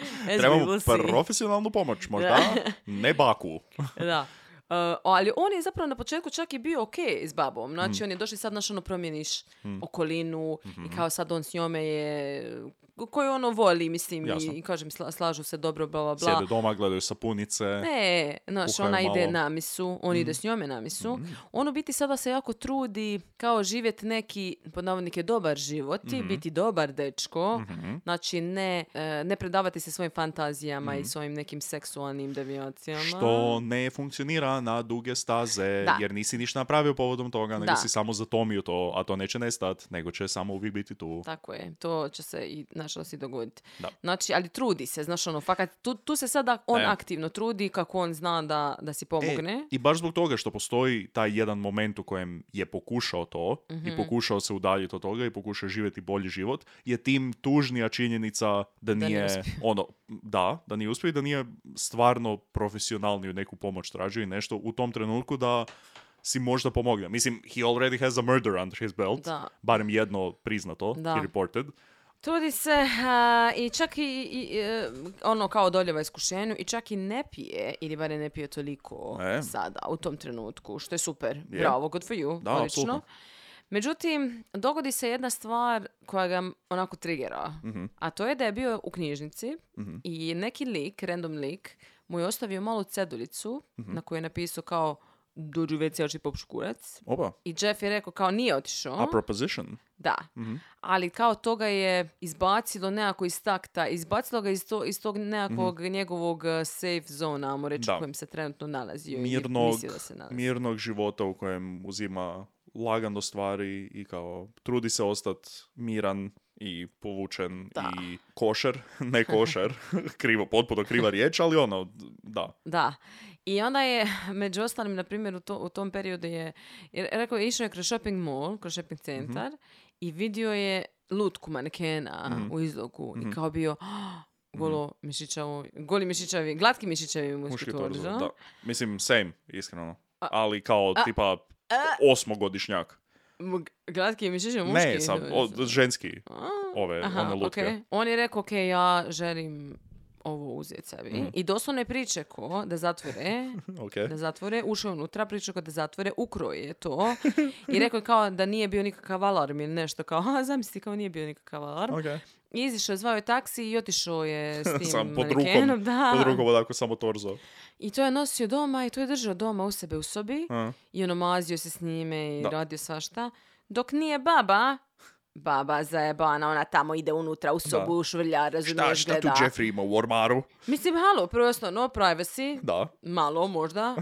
[SPEAKER 5] As we
[SPEAKER 4] Trebamo
[SPEAKER 5] will see.
[SPEAKER 4] profesionalnu pomoć, možda. ne baku.
[SPEAKER 5] <laughs> da. E, o, ali on je zapravo na početku čak i bio ok s babom.
[SPEAKER 4] Mm.
[SPEAKER 5] Znači, on je došli sad, znaš, ono, promjeniš okolinu
[SPEAKER 4] Mhm.
[SPEAKER 5] i kao sad on s njome je koju ono voli, mislim,
[SPEAKER 4] Jasno.
[SPEAKER 5] i, i kažem, sla- slažu se dobro, bla, bla, bla.
[SPEAKER 4] Sjede doma, gledaju sapunice.
[SPEAKER 5] Ne, E, znaš,
[SPEAKER 4] Kuhaju
[SPEAKER 5] ona ide
[SPEAKER 4] malo. Mm.
[SPEAKER 5] na misu, on ide s njome na misu. On u biti sada se jako trudi kao živjeti neki, pod navodnike, dobar život i
[SPEAKER 4] Mhm.
[SPEAKER 5] biti dobar dečko. Znači, ne, e, ne predavati se svojim fantazijama i svojim nekim seksualnim devijacijama.
[SPEAKER 4] Mhm. Što ne funkcionira na duge staze,
[SPEAKER 5] ono. Da.
[SPEAKER 4] jer nisi ništa napravio povodom toga, nego
[SPEAKER 5] Da.
[SPEAKER 4] si samo zatomio to, a to neće nestat, nego će samo uvijek biti tu.
[SPEAKER 5] Tako je, to će se i nažalost i dogoditi.
[SPEAKER 4] Da.
[SPEAKER 5] Znači, ali trudi se, znaš ono, fakat, tu, tu se sada on
[SPEAKER 4] Da.
[SPEAKER 5] aktivno trudi kako on zna da, da si
[SPEAKER 4] E,
[SPEAKER 5] pomogne.
[SPEAKER 4] I baš zbog toga što postoji taj jedan moment u kojem je pokušao to
[SPEAKER 5] Mhm.
[SPEAKER 4] i pokušao se udaljiti od toga i pokušao živjeti bolji život, je tim tužnija činjenica da
[SPEAKER 5] nije
[SPEAKER 4] nije,
[SPEAKER 5] uspio.
[SPEAKER 4] <laughs> ono, da, da nije uspio i da nije stvarno profesionalniju neku pomoć tražio i nešto u tom trenutku da si možda pomogne. Mislim, he already has a murder under his belt,
[SPEAKER 5] Da.
[SPEAKER 4] barem jedno priznato,
[SPEAKER 5] Da.
[SPEAKER 4] he reported.
[SPEAKER 5] Trudi se a, i čak i, i, e, ono kao doljeva iskušenju i čak i ne pije, ili barem ne pije toliko
[SPEAKER 4] E.
[SPEAKER 5] sada u tom trenutku, što je super. Bravo, good for you,
[SPEAKER 4] Da,
[SPEAKER 5] odlično.
[SPEAKER 4] apsolutno.
[SPEAKER 5] Međutim, dogodi se jedna stvar koja ga onako trigera,
[SPEAKER 4] Mhm.
[SPEAKER 5] a to je da je bio u knjižnici i neki lik, random lik, mu je ostavio malu cedulicu
[SPEAKER 4] Mhm.
[SPEAKER 5] na kojoj je napisao kao dođu WC oči popšu kurac.
[SPEAKER 4] Opa,
[SPEAKER 5] I Jeff je rekao kao nije otišao.
[SPEAKER 4] a proposition. Mhm.
[SPEAKER 5] Da. Ali kao toga je izbacilo nekako iz takta, izbacilo ga iz, to, iz tog nekakvog njegovog eh, safe zona, ajmo reći,
[SPEAKER 4] Mhm. Da.
[SPEAKER 5] u kojem se trenutno nalazio. i
[SPEAKER 4] mirnog,
[SPEAKER 5] mislio da se nalazi.
[SPEAKER 4] mirnog života u kojem uzima lagano stvari i kao trudi se ostat miran i povučen
[SPEAKER 5] Da.
[SPEAKER 4] i košer, <laughs> ne košer, krivo, potpuno kriva riječ, ali ono, da.
[SPEAKER 5] Da. I onda je, <laughs> među ostalim, na primjer, u, to- u tom periodu je, jer rekao je, išao je kroz shopping mall, kroz
[SPEAKER 4] Mhm.
[SPEAKER 5] shopping centar i vidio je lutku manekena
[SPEAKER 4] Mhm.
[SPEAKER 5] u izlogu i kao bio "Ah, golo mišićavo, goli mišićavi, glatki mišićavi muški,
[SPEAKER 4] Muški
[SPEAKER 5] torzo.
[SPEAKER 4] torzo, da. Mislim, same, iskreno. Ali kao tipa osmogodišnjak.
[SPEAKER 5] M- Glatki mišićavi muški
[SPEAKER 4] Ne, sam, o,
[SPEAKER 5] torzo.
[SPEAKER 4] ženski,
[SPEAKER 5] A,
[SPEAKER 4] ove, one lutke.
[SPEAKER 5] okej. On je rekao, ok, ja želim ovo uzeti sebi.
[SPEAKER 4] Mhm.
[SPEAKER 5] I doslovno je pričeko da zatvore,
[SPEAKER 4] Okej.
[SPEAKER 5] da zatvore, ušao je unutra, pričeko da zatvore, ukroje to. I rekao je kao da nije bio nikakav alarm ili nešto, kao, a zamisli, kao nije bio nikakav alarm.
[SPEAKER 4] Okej.
[SPEAKER 5] I izišao je, zvao je taksi i otišao je
[SPEAKER 4] <laughs>
[SPEAKER 5] s tim
[SPEAKER 4] Sam pod
[SPEAKER 5] manekenom,
[SPEAKER 4] rukom,
[SPEAKER 5] da.
[SPEAKER 4] pod rukom onako samo torzo.
[SPEAKER 5] I to je nosio doma i to je držao doma u sebe u sobi.
[SPEAKER 4] A.
[SPEAKER 5] I ono mazio se s njime i
[SPEAKER 4] Da.
[SPEAKER 5] radio svašta. Dok nije baba, baba zajebana, ona tamo ide unutra u sobu, švrlja,
[SPEAKER 4] Šta,
[SPEAKER 5] razumiješ,
[SPEAKER 4] šta tu
[SPEAKER 5] gleda.
[SPEAKER 4] Jeffrey ima u ormaru?
[SPEAKER 5] Mislim, halo, prvo i osnovno, privacy,
[SPEAKER 4] Da.
[SPEAKER 5] malo
[SPEAKER 4] <laughs>
[SPEAKER 5] možda.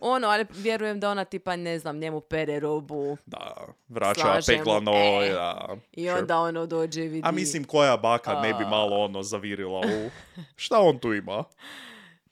[SPEAKER 5] ono, ali vjerujem da ona tipa, ne znam, njemu pere robu
[SPEAKER 4] Da, vraća
[SPEAKER 5] Slažem.
[SPEAKER 4] peglano,
[SPEAKER 5] E.
[SPEAKER 4] da.
[SPEAKER 5] i
[SPEAKER 4] sure.
[SPEAKER 5] onda ono dođe i vidi.
[SPEAKER 4] A mislim, koja baka ne bi malo ono zavirila u...
[SPEAKER 5] <laughs>
[SPEAKER 4] Šta on tu ima?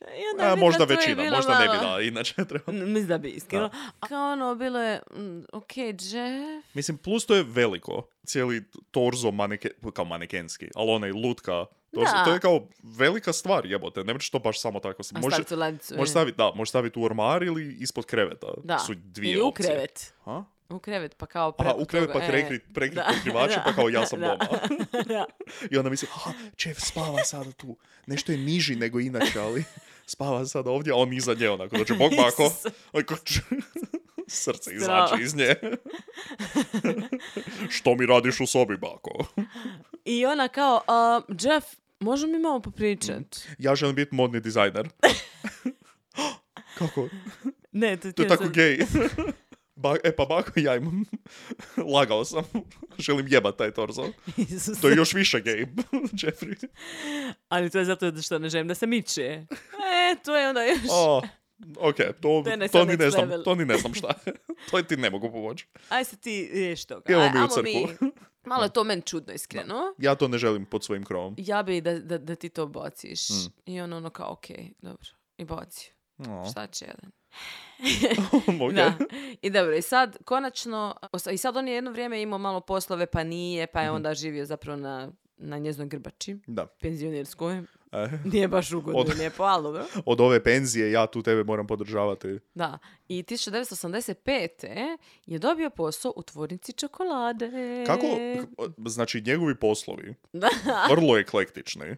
[SPEAKER 5] I onda
[SPEAKER 4] E,
[SPEAKER 5] vidi da
[SPEAKER 4] možda
[SPEAKER 5] to je
[SPEAKER 4] većina,
[SPEAKER 5] bilo
[SPEAKER 4] možda ne bi
[SPEAKER 5] malo-
[SPEAKER 4] da, inače <laughs> treba.
[SPEAKER 5] N- Mislim da bi iskreno. A Kao ono, bilo je, mm, ok, Jeff,
[SPEAKER 4] Mislim, plus to je veliko, cijeli torzo maneke, kao manekenski, ali onaj lutka, torzo,
[SPEAKER 5] Da.
[SPEAKER 4] to je kao velika stvar, jebote, ne možeš to baš samo tako.
[SPEAKER 5] a
[SPEAKER 4] Može,
[SPEAKER 5] staviti u ladicu.
[SPEAKER 4] može
[SPEAKER 5] je.
[SPEAKER 4] staviti, da, može staviti u ormar ili ispod kreveta,
[SPEAKER 5] da.
[SPEAKER 4] su dvije
[SPEAKER 5] Ili u
[SPEAKER 4] opcije.
[SPEAKER 5] krevet.
[SPEAKER 4] Ha?
[SPEAKER 5] U krevet, pa kao...
[SPEAKER 4] Aha,
[SPEAKER 5] preko
[SPEAKER 4] u krevet pa
[SPEAKER 5] toga, e.
[SPEAKER 4] prekrit, prekrit
[SPEAKER 5] Da.
[SPEAKER 4] prekrivače,
[SPEAKER 5] <laughs> Da.
[SPEAKER 4] pa kao ja sam
[SPEAKER 5] Da.
[SPEAKER 4] doma.
[SPEAKER 5] <laughs> Da.
[SPEAKER 4] I onda misli, aha, Jeff spava sada tu. Nešto je niži nego inače, ali <laughs> spava sada ovdje, a on iza nje onako. Znači, bok bako.
[SPEAKER 5] Isus.
[SPEAKER 4] Onako, č- <laughs> Srce
[SPEAKER 5] Strava.
[SPEAKER 4] izađe iz nje. Što mi radiš u sobi, bako?
[SPEAKER 5] I ona kao, "A, Jeff, možemo mi malo popričat?
[SPEAKER 4] Ja želim biti modni dizajner. Kako?
[SPEAKER 5] Ne, to,
[SPEAKER 4] To je tako
[SPEAKER 5] <laughs>
[SPEAKER 4] gej. <laughs> Ba- e pa bako, ja imam. <laughs> Lagao sam. Želim jebat taj torzo. To je još više gej, <laughs> Jeffrey.
[SPEAKER 5] Ali to je zato što ne želim da se miče. E, to je onda još...
[SPEAKER 4] O, ok, to,
[SPEAKER 5] To je na
[SPEAKER 4] to, ni
[SPEAKER 5] next
[SPEAKER 4] ne znam,
[SPEAKER 5] level.
[SPEAKER 4] to ni ne znam šta <laughs> je. to ti ne mogu pomoći.
[SPEAKER 5] Aj se ti riješ toga.
[SPEAKER 4] Idemo
[SPEAKER 5] Aj,
[SPEAKER 4] mi u
[SPEAKER 5] ajmo
[SPEAKER 4] crkvu. <laughs>
[SPEAKER 5] mi. Malo je to meni čudno, iskreno.
[SPEAKER 4] Ja to ne želim pod svojim krovom. Mm.
[SPEAKER 5] Ja bi da, da, da ti to baciš. I on ono kao, ok, dobro. i bacio.
[SPEAKER 4] No.
[SPEAKER 5] Šta će jedan?
[SPEAKER 4] <laughs> Ok.
[SPEAKER 5] Da. I dobro, i sad konačno, i sad on je jedno vrijeme imao malo poslove, pa nije, pa je
[SPEAKER 4] Mhm.
[SPEAKER 5] onda živio zapravo na, na njeznoj grbači,
[SPEAKER 4] Da.
[SPEAKER 5] penzionirskoj.
[SPEAKER 4] E,
[SPEAKER 5] Nije baš ugodno,
[SPEAKER 4] Od-
[SPEAKER 5] lijepo, ali dobro.
[SPEAKER 4] od ove penzije ja tu tebe moram podržavati.
[SPEAKER 5] Da. I 1985. eh, je dobio posao u tvornici čokolade.
[SPEAKER 4] Kako, znači njegovi poslovi,
[SPEAKER 5] E. Da. <laughs>
[SPEAKER 4] vrlo eklektični,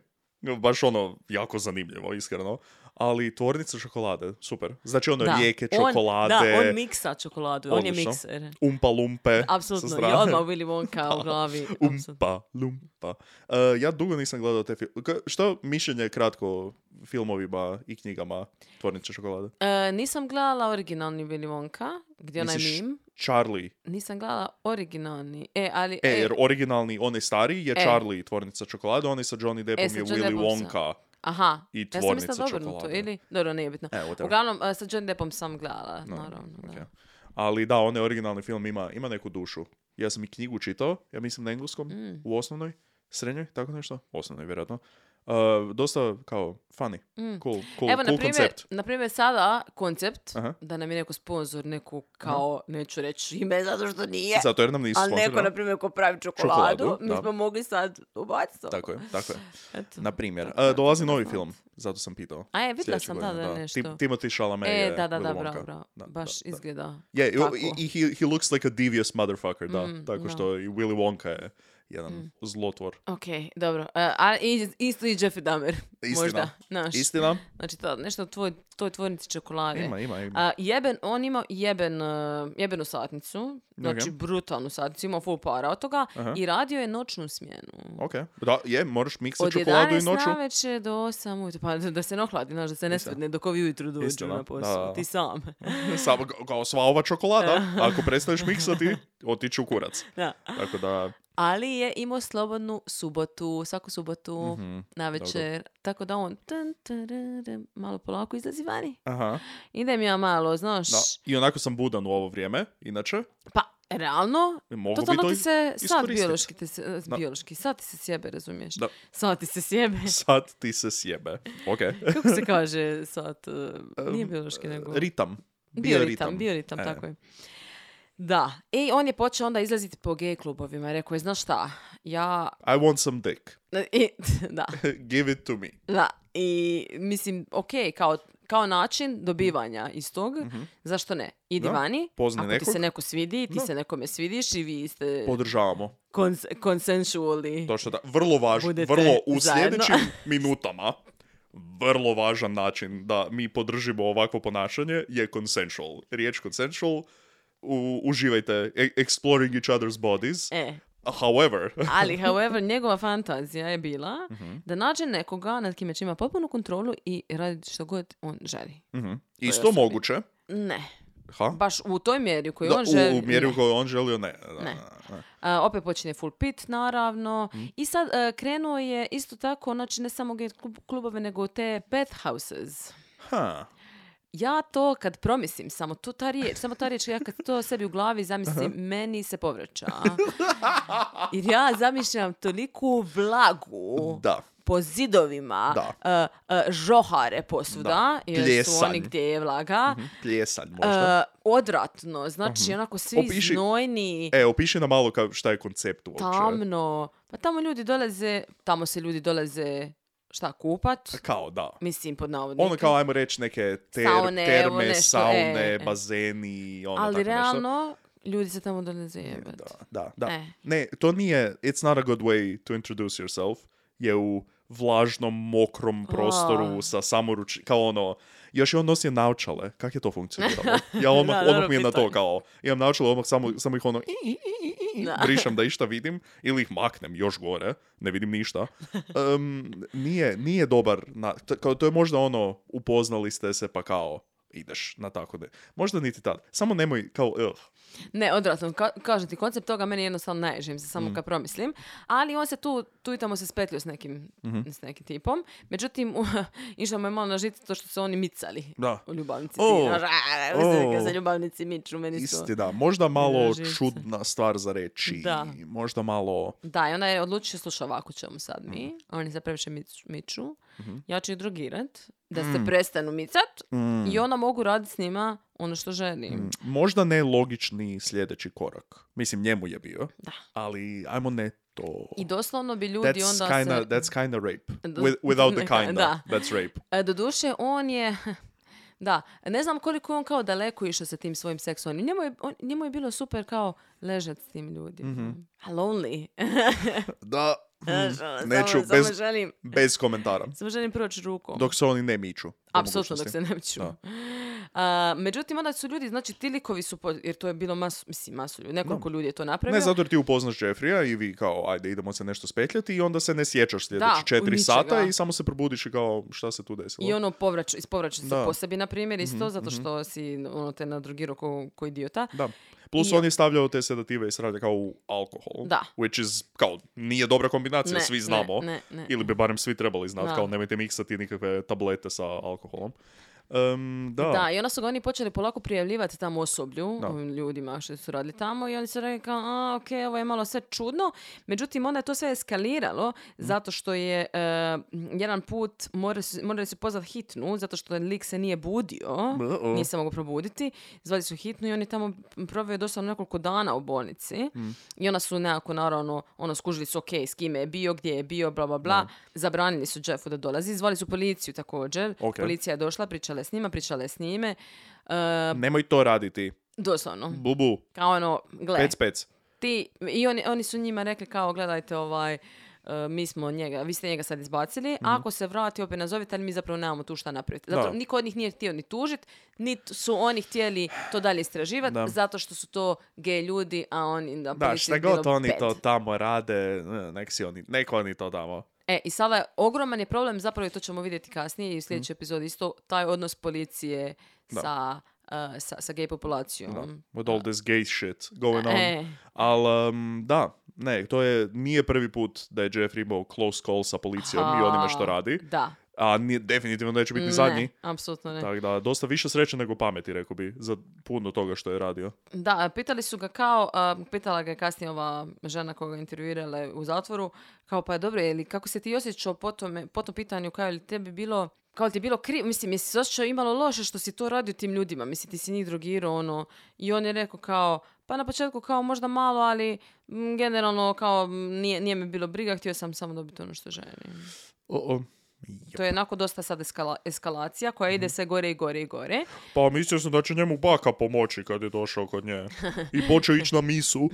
[SPEAKER 4] baš ono, jako zanimljivo, iskreno, ali tvornica čokolade, super. Znači ono,
[SPEAKER 5] Da.
[SPEAKER 4] rijeke,
[SPEAKER 5] On-
[SPEAKER 4] čokolade,
[SPEAKER 5] da, on miksa čokoladu, on je
[SPEAKER 4] Odlično.
[SPEAKER 5] mikser.
[SPEAKER 4] umpa lumpe. sa Um.
[SPEAKER 5] Apsolutno, i
[SPEAKER 4] strane.
[SPEAKER 5] odmah Willy
[SPEAKER 4] <laughs>
[SPEAKER 5] Wonka u glavi. apsolutno.
[SPEAKER 4] Umpa, lumpa. E, ja dugo nisam gledao te filmove. Što mišljenje kratko o filmovima i knjigama Tvornice čokolade?
[SPEAKER 5] E, nisam gledala originalni Willy Wonka, gdje onaj
[SPEAKER 4] Misliš-
[SPEAKER 5] mim.
[SPEAKER 4] Charlie.
[SPEAKER 5] Nisam gledala originalni. E, ali...
[SPEAKER 4] E, jer originalni, onaj stariji je
[SPEAKER 5] E.
[SPEAKER 4] Charlie i Tvornica čokolade, onaj sa Johnny Deppom
[SPEAKER 5] E, sa
[SPEAKER 4] je
[SPEAKER 5] Johnny
[SPEAKER 4] Willy
[SPEAKER 5] Deppom sam.
[SPEAKER 4] Wonka.
[SPEAKER 5] aha.
[SPEAKER 4] i
[SPEAKER 5] ja sam
[SPEAKER 4] tvornica
[SPEAKER 5] mislila da je obrnuto,
[SPEAKER 4] čokolade.
[SPEAKER 5] ili? Dobro, nije bitno.
[SPEAKER 4] E, whatever.
[SPEAKER 5] Uglavnom, e, sa John Deppom sam gledala,
[SPEAKER 4] No,
[SPEAKER 5] naravno. da.
[SPEAKER 4] ok. Ali da, onaj originalni film ima, ima neku dušu. Ja sam i knjigu čitao, ja mislim na engleskom,
[SPEAKER 5] Mm.
[SPEAKER 4] u osnovnoj, srednjoj, tako nešto. Osnovnoj, vjerojatno. E, dosta kao funny,
[SPEAKER 5] Mm.
[SPEAKER 4] cool, cool,
[SPEAKER 5] Evo,
[SPEAKER 4] cool
[SPEAKER 5] na, primjer,
[SPEAKER 4] koncept.
[SPEAKER 5] na primjer, sada koncept,
[SPEAKER 4] Aha.
[SPEAKER 5] da nam je neko sponzor, neku kao, neću reći ime zato što nije,
[SPEAKER 4] Zato jer nam nisu
[SPEAKER 5] e, ali neko,
[SPEAKER 4] sponzorili.
[SPEAKER 5] na primjer, ko pravi čokoladu,
[SPEAKER 4] Čokoladu,
[SPEAKER 5] mi
[SPEAKER 4] da.
[SPEAKER 5] smo mogli sad ubaciti to.
[SPEAKER 4] Tako je, tako je.
[SPEAKER 5] Eto.
[SPEAKER 4] Na primjer,
[SPEAKER 5] Tako
[SPEAKER 4] e,
[SPEAKER 5] da,
[SPEAKER 4] dolazi
[SPEAKER 5] tako da
[SPEAKER 4] novi
[SPEAKER 5] znate.
[SPEAKER 4] film, zato sam pitao.
[SPEAKER 5] A je, vidjela
[SPEAKER 4] Sljedeće
[SPEAKER 5] sam, da,
[SPEAKER 4] godine,
[SPEAKER 5] da, je nešto.
[SPEAKER 4] Tim- Timothy Chalamet
[SPEAKER 5] e,
[SPEAKER 4] je
[SPEAKER 5] da, da,
[SPEAKER 4] Willy
[SPEAKER 5] da,
[SPEAKER 4] Wonka.
[SPEAKER 5] bravo, bravo.
[SPEAKER 4] Da,
[SPEAKER 5] Baš
[SPEAKER 4] da, da.
[SPEAKER 5] izgleda.
[SPEAKER 4] Je, i-
[SPEAKER 5] tako.
[SPEAKER 4] i, i he, he looks like a devious motherfucker, da.
[SPEAKER 5] Mm,
[SPEAKER 4] tako
[SPEAKER 5] da. Mm.
[SPEAKER 4] što i Willy Wonka je jedan zlotvor.
[SPEAKER 5] Ok, dobro. E, a i, isto i Jeffrey Dahmer.
[SPEAKER 4] Istina.
[SPEAKER 5] Možda, znaš.
[SPEAKER 4] Istina?
[SPEAKER 5] Znači, to, nešto u tvoj, toj tvornici čokolade.
[SPEAKER 4] Ima, ima, ima.
[SPEAKER 5] E. A, jeben, on ima jeben, e, jebenu satnicu, znači brutalnu satnicu, imao full para od toga
[SPEAKER 4] Aha.
[SPEAKER 5] i radio je noćnu smjenu.
[SPEAKER 4] Ok, da, je, moraš miksati
[SPEAKER 5] Od
[SPEAKER 4] čokoladu i
[SPEAKER 5] 11
[SPEAKER 4] noću.
[SPEAKER 5] naveče do 8 ujutro, pa da da se ne ohladi, znaš, da se ne
[SPEAKER 4] Istina.
[SPEAKER 5] svrne dok ovi ujutru dođu
[SPEAKER 4] Istina,
[SPEAKER 5] na posao,
[SPEAKER 4] da.
[SPEAKER 5] ti sam. <laughs>
[SPEAKER 4] <laughs> Samo ga- kao sva ova čokolada, ako prestaneš miksati, otići u kurac.
[SPEAKER 5] Da.
[SPEAKER 4] Tako da,
[SPEAKER 5] Ali je imao slobodnu subotu, svaku subotu
[SPEAKER 4] mhm,
[SPEAKER 5] na večer, tako da on tan, tararam, malo polako izlazi vani.
[SPEAKER 4] aha.
[SPEAKER 5] Idem ja malo, znaš,
[SPEAKER 4] Da. I onako sam budan u ovo vrijeme, inače.
[SPEAKER 5] pa realno,
[SPEAKER 4] Mogu bi
[SPEAKER 5] Totalno
[SPEAKER 4] to
[SPEAKER 5] ti se sad
[SPEAKER 4] iskoristit.
[SPEAKER 5] biološki, te se, eh, biološki, sad ti se sjebe, razumiješ?
[SPEAKER 4] Da.
[SPEAKER 5] Sad ti se
[SPEAKER 4] <laughs>
[SPEAKER 5] sjebe.
[SPEAKER 4] Sad ti se sjebe.
[SPEAKER 5] <laughs>
[SPEAKER 4] Ok.
[SPEAKER 5] Kako se kaže sad? eh, Nije biološki, nego...
[SPEAKER 4] Ritam.
[SPEAKER 5] Bioritam, bioritam,
[SPEAKER 4] Um, E.
[SPEAKER 5] tako je. Da, i on je počeo onda izlaziti po gay klubovima i rekao je, znaš šta, ja...
[SPEAKER 4] I want some dick. <laughs>
[SPEAKER 5] I, <laughs> da,
[SPEAKER 4] Give it to me.
[SPEAKER 5] da, i mislim, ok, kao, kao način dobivanja iz tog, zašto ne? Idi
[SPEAKER 4] Mhm. Da,
[SPEAKER 5] vani,
[SPEAKER 4] pozni
[SPEAKER 5] ako ti
[SPEAKER 4] nekog.
[SPEAKER 5] se neko svidi, ti
[SPEAKER 4] Da.
[SPEAKER 5] se nekome svidiš i vi ste
[SPEAKER 4] Podržavamo.
[SPEAKER 5] kons- consensually.
[SPEAKER 4] To što da, vrlo važno,
[SPEAKER 5] Budete
[SPEAKER 4] vrlo u
[SPEAKER 5] zajedno.
[SPEAKER 4] sljedećim <laughs> minutama, vrlo važan način da mi podržimo ovakvo ponašanje je consensual. Riječ consensual, u, uživajte, e- exploring each other's bodies.
[SPEAKER 5] E,
[SPEAKER 4] However, <laughs>
[SPEAKER 5] Ali, however, njegova fantazija je bila
[SPEAKER 4] Mhm.
[SPEAKER 5] da nađe nekoga nad kime će ima potpunu kontrolu i raditi što god on želi.
[SPEAKER 4] mhm, isto moguće,
[SPEAKER 5] Ne.
[SPEAKER 4] ha?
[SPEAKER 5] Baš u toj mjeri u kojoj
[SPEAKER 4] Da,
[SPEAKER 5] on
[SPEAKER 4] u,
[SPEAKER 5] želi.
[SPEAKER 4] u mjeri u
[SPEAKER 5] ne.
[SPEAKER 4] kojoj on želio ne. Da,
[SPEAKER 5] Ne.
[SPEAKER 4] da, da.
[SPEAKER 5] A, opet počinje full pit, naravno.
[SPEAKER 4] Mhm.
[SPEAKER 5] I sad e, krenuo je isto tako, znači ne samo gay klub- klubove, nego te bathhouses.
[SPEAKER 4] Ha.
[SPEAKER 5] Ja to kad promislim, samo to ta riječ, samo ta riječ, ja kad to sebi u glavi zamislim, meni se
[SPEAKER 4] <laughs>
[SPEAKER 5] povraća. Jer ja zamišljam toliku vlagu.
[SPEAKER 4] Da.
[SPEAKER 5] po zidovima,
[SPEAKER 4] Da.
[SPEAKER 5] e, e, žohare posvuda,
[SPEAKER 4] Da.
[SPEAKER 5] jer su
[SPEAKER 4] Pljesanj.
[SPEAKER 5] oni gdje je vlaga,
[SPEAKER 4] Pljesanj Mhm, možda.
[SPEAKER 5] e, odvratno, znači onako svi
[SPEAKER 4] Mhm. Opiši-
[SPEAKER 5] znojni,
[SPEAKER 4] E, opiši nam malo ka, šta je koncept uopće.
[SPEAKER 5] tamno, pa tamo ljudi dolaze, tamo se ljudi dolaze, šta, kupat,
[SPEAKER 4] Kao, da.
[SPEAKER 5] mislim pod navodnikom.
[SPEAKER 4] Ono kao, ajmo reći, neke ter,
[SPEAKER 5] Saune,
[SPEAKER 4] terme,
[SPEAKER 5] evo nešto,
[SPEAKER 4] saune,
[SPEAKER 5] e, e.
[SPEAKER 4] bazeni, ono
[SPEAKER 5] Ali
[SPEAKER 4] tako nešto.
[SPEAKER 5] realno, ljudi se tamo dolaze jebati.
[SPEAKER 4] Da, da, da.
[SPEAKER 5] E.
[SPEAKER 4] Ne, to nije, it's not a good way to introduce yourself, je u vlažnom, mokrom prostoru sa samoruč... Kao ono, još je on nosio naučale. Kak je to
[SPEAKER 5] <laughs>
[SPEAKER 4] funkcioniralo? Ja odmah,
[SPEAKER 5] Da, dobro
[SPEAKER 4] odmah mi je na to
[SPEAKER 5] pitanje.
[SPEAKER 4] kao, imam naučale, odmah samo, samo ih ono, i, i, i, i, i,
[SPEAKER 5] Da.
[SPEAKER 4] brišem da išta vidim, ili ih maknem još gore, ne vidim
[SPEAKER 5] <laughs>
[SPEAKER 4] ništa. Em, nije, nije dobar, na, to, kao, to je možda ono, upoznali ste se pa kao, ideš na tako da. Možda niti tad. Samo nemoj, kao, ugh,
[SPEAKER 5] Ne, odvratno. Ka- kažem ti, koncept toga meni jednostavno naježim se
[SPEAKER 4] Mhm.
[SPEAKER 5] samo kad promislim. Ali on se tu, tu i tamo se spetlio s nekim,
[SPEAKER 4] Mhm.
[SPEAKER 5] s nekim tipom. Međutim, u- <laughs> išlo mu je malo na žiti to što su oni micali.
[SPEAKER 4] da.
[SPEAKER 5] U ljubavnici.
[SPEAKER 4] O,
[SPEAKER 5] Oh,
[SPEAKER 4] o.
[SPEAKER 5] se ljubavnici miču, meni su...
[SPEAKER 4] Istina, možda malo
[SPEAKER 5] živce.
[SPEAKER 4] čudna stvar za reći.
[SPEAKER 5] Da.
[SPEAKER 4] Možda malo... Mhm.
[SPEAKER 5] Da, i onda je odlučio, slušaj, ovako ćemo sad mi. Oni se previše mič- miču. ja ću ih drogirat, da se
[SPEAKER 4] Mm.
[SPEAKER 5] prestanu micat i ona mogu raditi s njima ono što želim.
[SPEAKER 4] Mm. Možda ne logični sljedeći korak. Mislim, njemu je bio.
[SPEAKER 5] Da.
[SPEAKER 4] Ali ajmo ne to.
[SPEAKER 5] I doslovno bi ljudi
[SPEAKER 4] That's
[SPEAKER 5] onda
[SPEAKER 4] kinda,
[SPEAKER 5] se...
[SPEAKER 4] that's kinda rape.
[SPEAKER 5] Da.
[SPEAKER 4] With- without the
[SPEAKER 5] Neka-
[SPEAKER 4] kinda,
[SPEAKER 5] <laughs> da.
[SPEAKER 4] that's rape.
[SPEAKER 5] E, Doduše, on je... <laughs> Da, ne znam koliko je on kao daleko išao sa tim svojim seksualnim. Njemu je, on- njemu je bilo super kao ležat s tim ljudima.
[SPEAKER 4] Mhm.
[SPEAKER 5] A lonely. <laughs>
[SPEAKER 4] Da, mm,
[SPEAKER 5] Samo-
[SPEAKER 4] Mhm. neću,
[SPEAKER 5] samo,
[SPEAKER 4] bez,
[SPEAKER 5] želim,
[SPEAKER 4] bez komentara.
[SPEAKER 5] samo želim proći rukom.
[SPEAKER 4] Dok se oni ne miču. po
[SPEAKER 5] Apsolutno, dok
[SPEAKER 4] mogućnosti.
[SPEAKER 5] se ne ču.
[SPEAKER 4] Da.
[SPEAKER 5] <laughs> A, međutim, onda su ljudi, znači ti likovi su, po- jer to je bilo masu, mislim, masu ljudi, nekoliko ljudi je to napravilo.
[SPEAKER 4] Ne, zato jer ti upoznaš Jeffrija i vi kao, ajde, idemo se nešto spetljati i onda se ne sjećaš
[SPEAKER 5] Da,
[SPEAKER 4] sljedeći
[SPEAKER 5] u
[SPEAKER 4] četiri
[SPEAKER 5] ničega.
[SPEAKER 4] sata i samo se probudiš i kao, šta se tu desilo?
[SPEAKER 5] I ono povrač, ispovraća se
[SPEAKER 4] Da. Mhm,
[SPEAKER 5] po sebi, na primjer, isto, zato što si ono, te nadrogirao ko, ko idiota.
[SPEAKER 4] Da. Plus
[SPEAKER 5] I-
[SPEAKER 4] on je stavljao te sedative i srade kao u alkohol.
[SPEAKER 5] Da.
[SPEAKER 4] Which is, kao, nije dobra kombinacija,
[SPEAKER 5] Ne,
[SPEAKER 4] svi
[SPEAKER 5] ne,
[SPEAKER 4] znamo.
[SPEAKER 5] ne, ne.
[SPEAKER 4] Ili bi barem svi trebali znati,
[SPEAKER 5] Da.
[SPEAKER 4] kao nemojte miksati nikakve tablete sa alkoholom. Em, da.
[SPEAKER 5] Da, i onda su ga oni počeli polako prijavljivati tamo osoblju,
[SPEAKER 4] Da.
[SPEAKER 5] ovim ljudima što su radili tamo i oni su rekli kao, a, ok, ovo je malo sve čudno. Međutim, onda je to sve eskaliralo
[SPEAKER 4] Mm.
[SPEAKER 5] zato što je e, jedan put morali su, morali su pozvati hitnu zato što lik se nije budio,
[SPEAKER 4] B-o.
[SPEAKER 5] nije se mogao probuditi. Zvali su hitnu i on je tamo proveo doslovno nekoliko dana u bolnici. I onda su nekako, naravno, ono, skužili su, ok, s kime je bio, gdje je bio, bla, bla, bla. Zabranili su Jeffu da dolazi. Zvali su policiju također.
[SPEAKER 4] Ok.
[SPEAKER 5] Policija je došla, pričala je s njima, pričala je s njime. E,
[SPEAKER 4] Nemoj to raditi.
[SPEAKER 5] doslovno.
[SPEAKER 4] Bubu,
[SPEAKER 5] Kao ono, gle,
[SPEAKER 4] pec pec.
[SPEAKER 5] ti, i oni, oni su njima rekli kao, gledajte ovaj, e, mi smo njega, vi ste njega sad izbacili, ako se vrati opet nazovite, ali mi zapravo nemamo tu šta napraviti. Zato
[SPEAKER 4] Mhm. Da.
[SPEAKER 5] niko od njih nije htio ni tužit, niti su oni htjeli to dalje istraživati,
[SPEAKER 4] Da.
[SPEAKER 5] zato što su to gej ljudi, a oni da
[SPEAKER 4] Da, šta god oni to tamo rade, ne, nek, si oni, nek oni to tamo.
[SPEAKER 5] E, i sada je ogroman je problem, zapravo i to ćemo vidjeti kasnije i u sljedećoj epizodi isto, taj odnos policije
[SPEAKER 4] Mhm. Da.
[SPEAKER 5] sa, e, sa, sa gej populacijom.
[SPEAKER 4] Da. With all this gay shit going on.
[SPEAKER 5] Mm, E.
[SPEAKER 4] Ali, da, ne, to je, nije prvi put da je Jeffrey imao close call sa policijom i onime što
[SPEAKER 5] Ha,
[SPEAKER 4] radi.
[SPEAKER 5] Da.
[SPEAKER 4] A nije, definitivno neće biti ni
[SPEAKER 5] Ne,
[SPEAKER 4] zadnji.
[SPEAKER 5] apsolutno ne.
[SPEAKER 4] Tako da, dosta više sreće nego pameti, rekao bi, za puno toga što je radio.
[SPEAKER 5] Da, e, pitali su ga kao, a, pitala ga je kasnije ova žena koja ga intervjuirala u zatvoru, kao pa dobro, je li kako se ti osjećao po, tome, po tom pitanju, kao je li tebi bilo, kao ti je bilo krivo, mislim, jesi se osjećao imalo loše što si to radio tim ljudima, mislim, ti si njih drogirao, ono, i on je rekao kao, pa na početku kao možda malo, ali m, generalno kao m, nije, nije me bilo briga, htio sam samo dobiti ono što želim.
[SPEAKER 4] O, o.
[SPEAKER 5] To je onako dosta sad eskala- eskalacija koja ide sve gore i gore i gore.
[SPEAKER 4] Pa mislio sam da će njemu baka pomoći kad je došao kod nje. I počeo ići na
[SPEAKER 5] <laughs>
[SPEAKER 4] misu.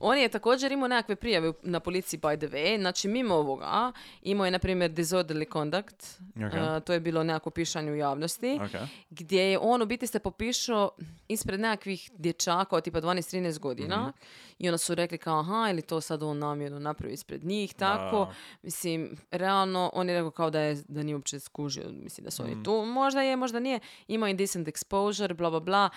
[SPEAKER 5] On je također imao nekakve prijave na policiji by the way, znači mimo ovoga imao je na primjer disorderly conduct,
[SPEAKER 4] Ok.
[SPEAKER 5] e, to je bilo nekako pišanje u javnosti, gdje je on u biti se popišao ispred nekakvih dječaka od tipa 12-13 godina
[SPEAKER 4] Mhm.
[SPEAKER 5] i onda su rekli kao aha ili to sad on namjerno napravi ispred njih, tako.
[SPEAKER 4] Da.
[SPEAKER 5] Mislim, realno on je rekao kao da, je, da nije uopće skužio, mislim da su
[SPEAKER 4] Mhm.
[SPEAKER 5] oni tu, možda je, možda nije, imao indecent exposure, bla bla bla.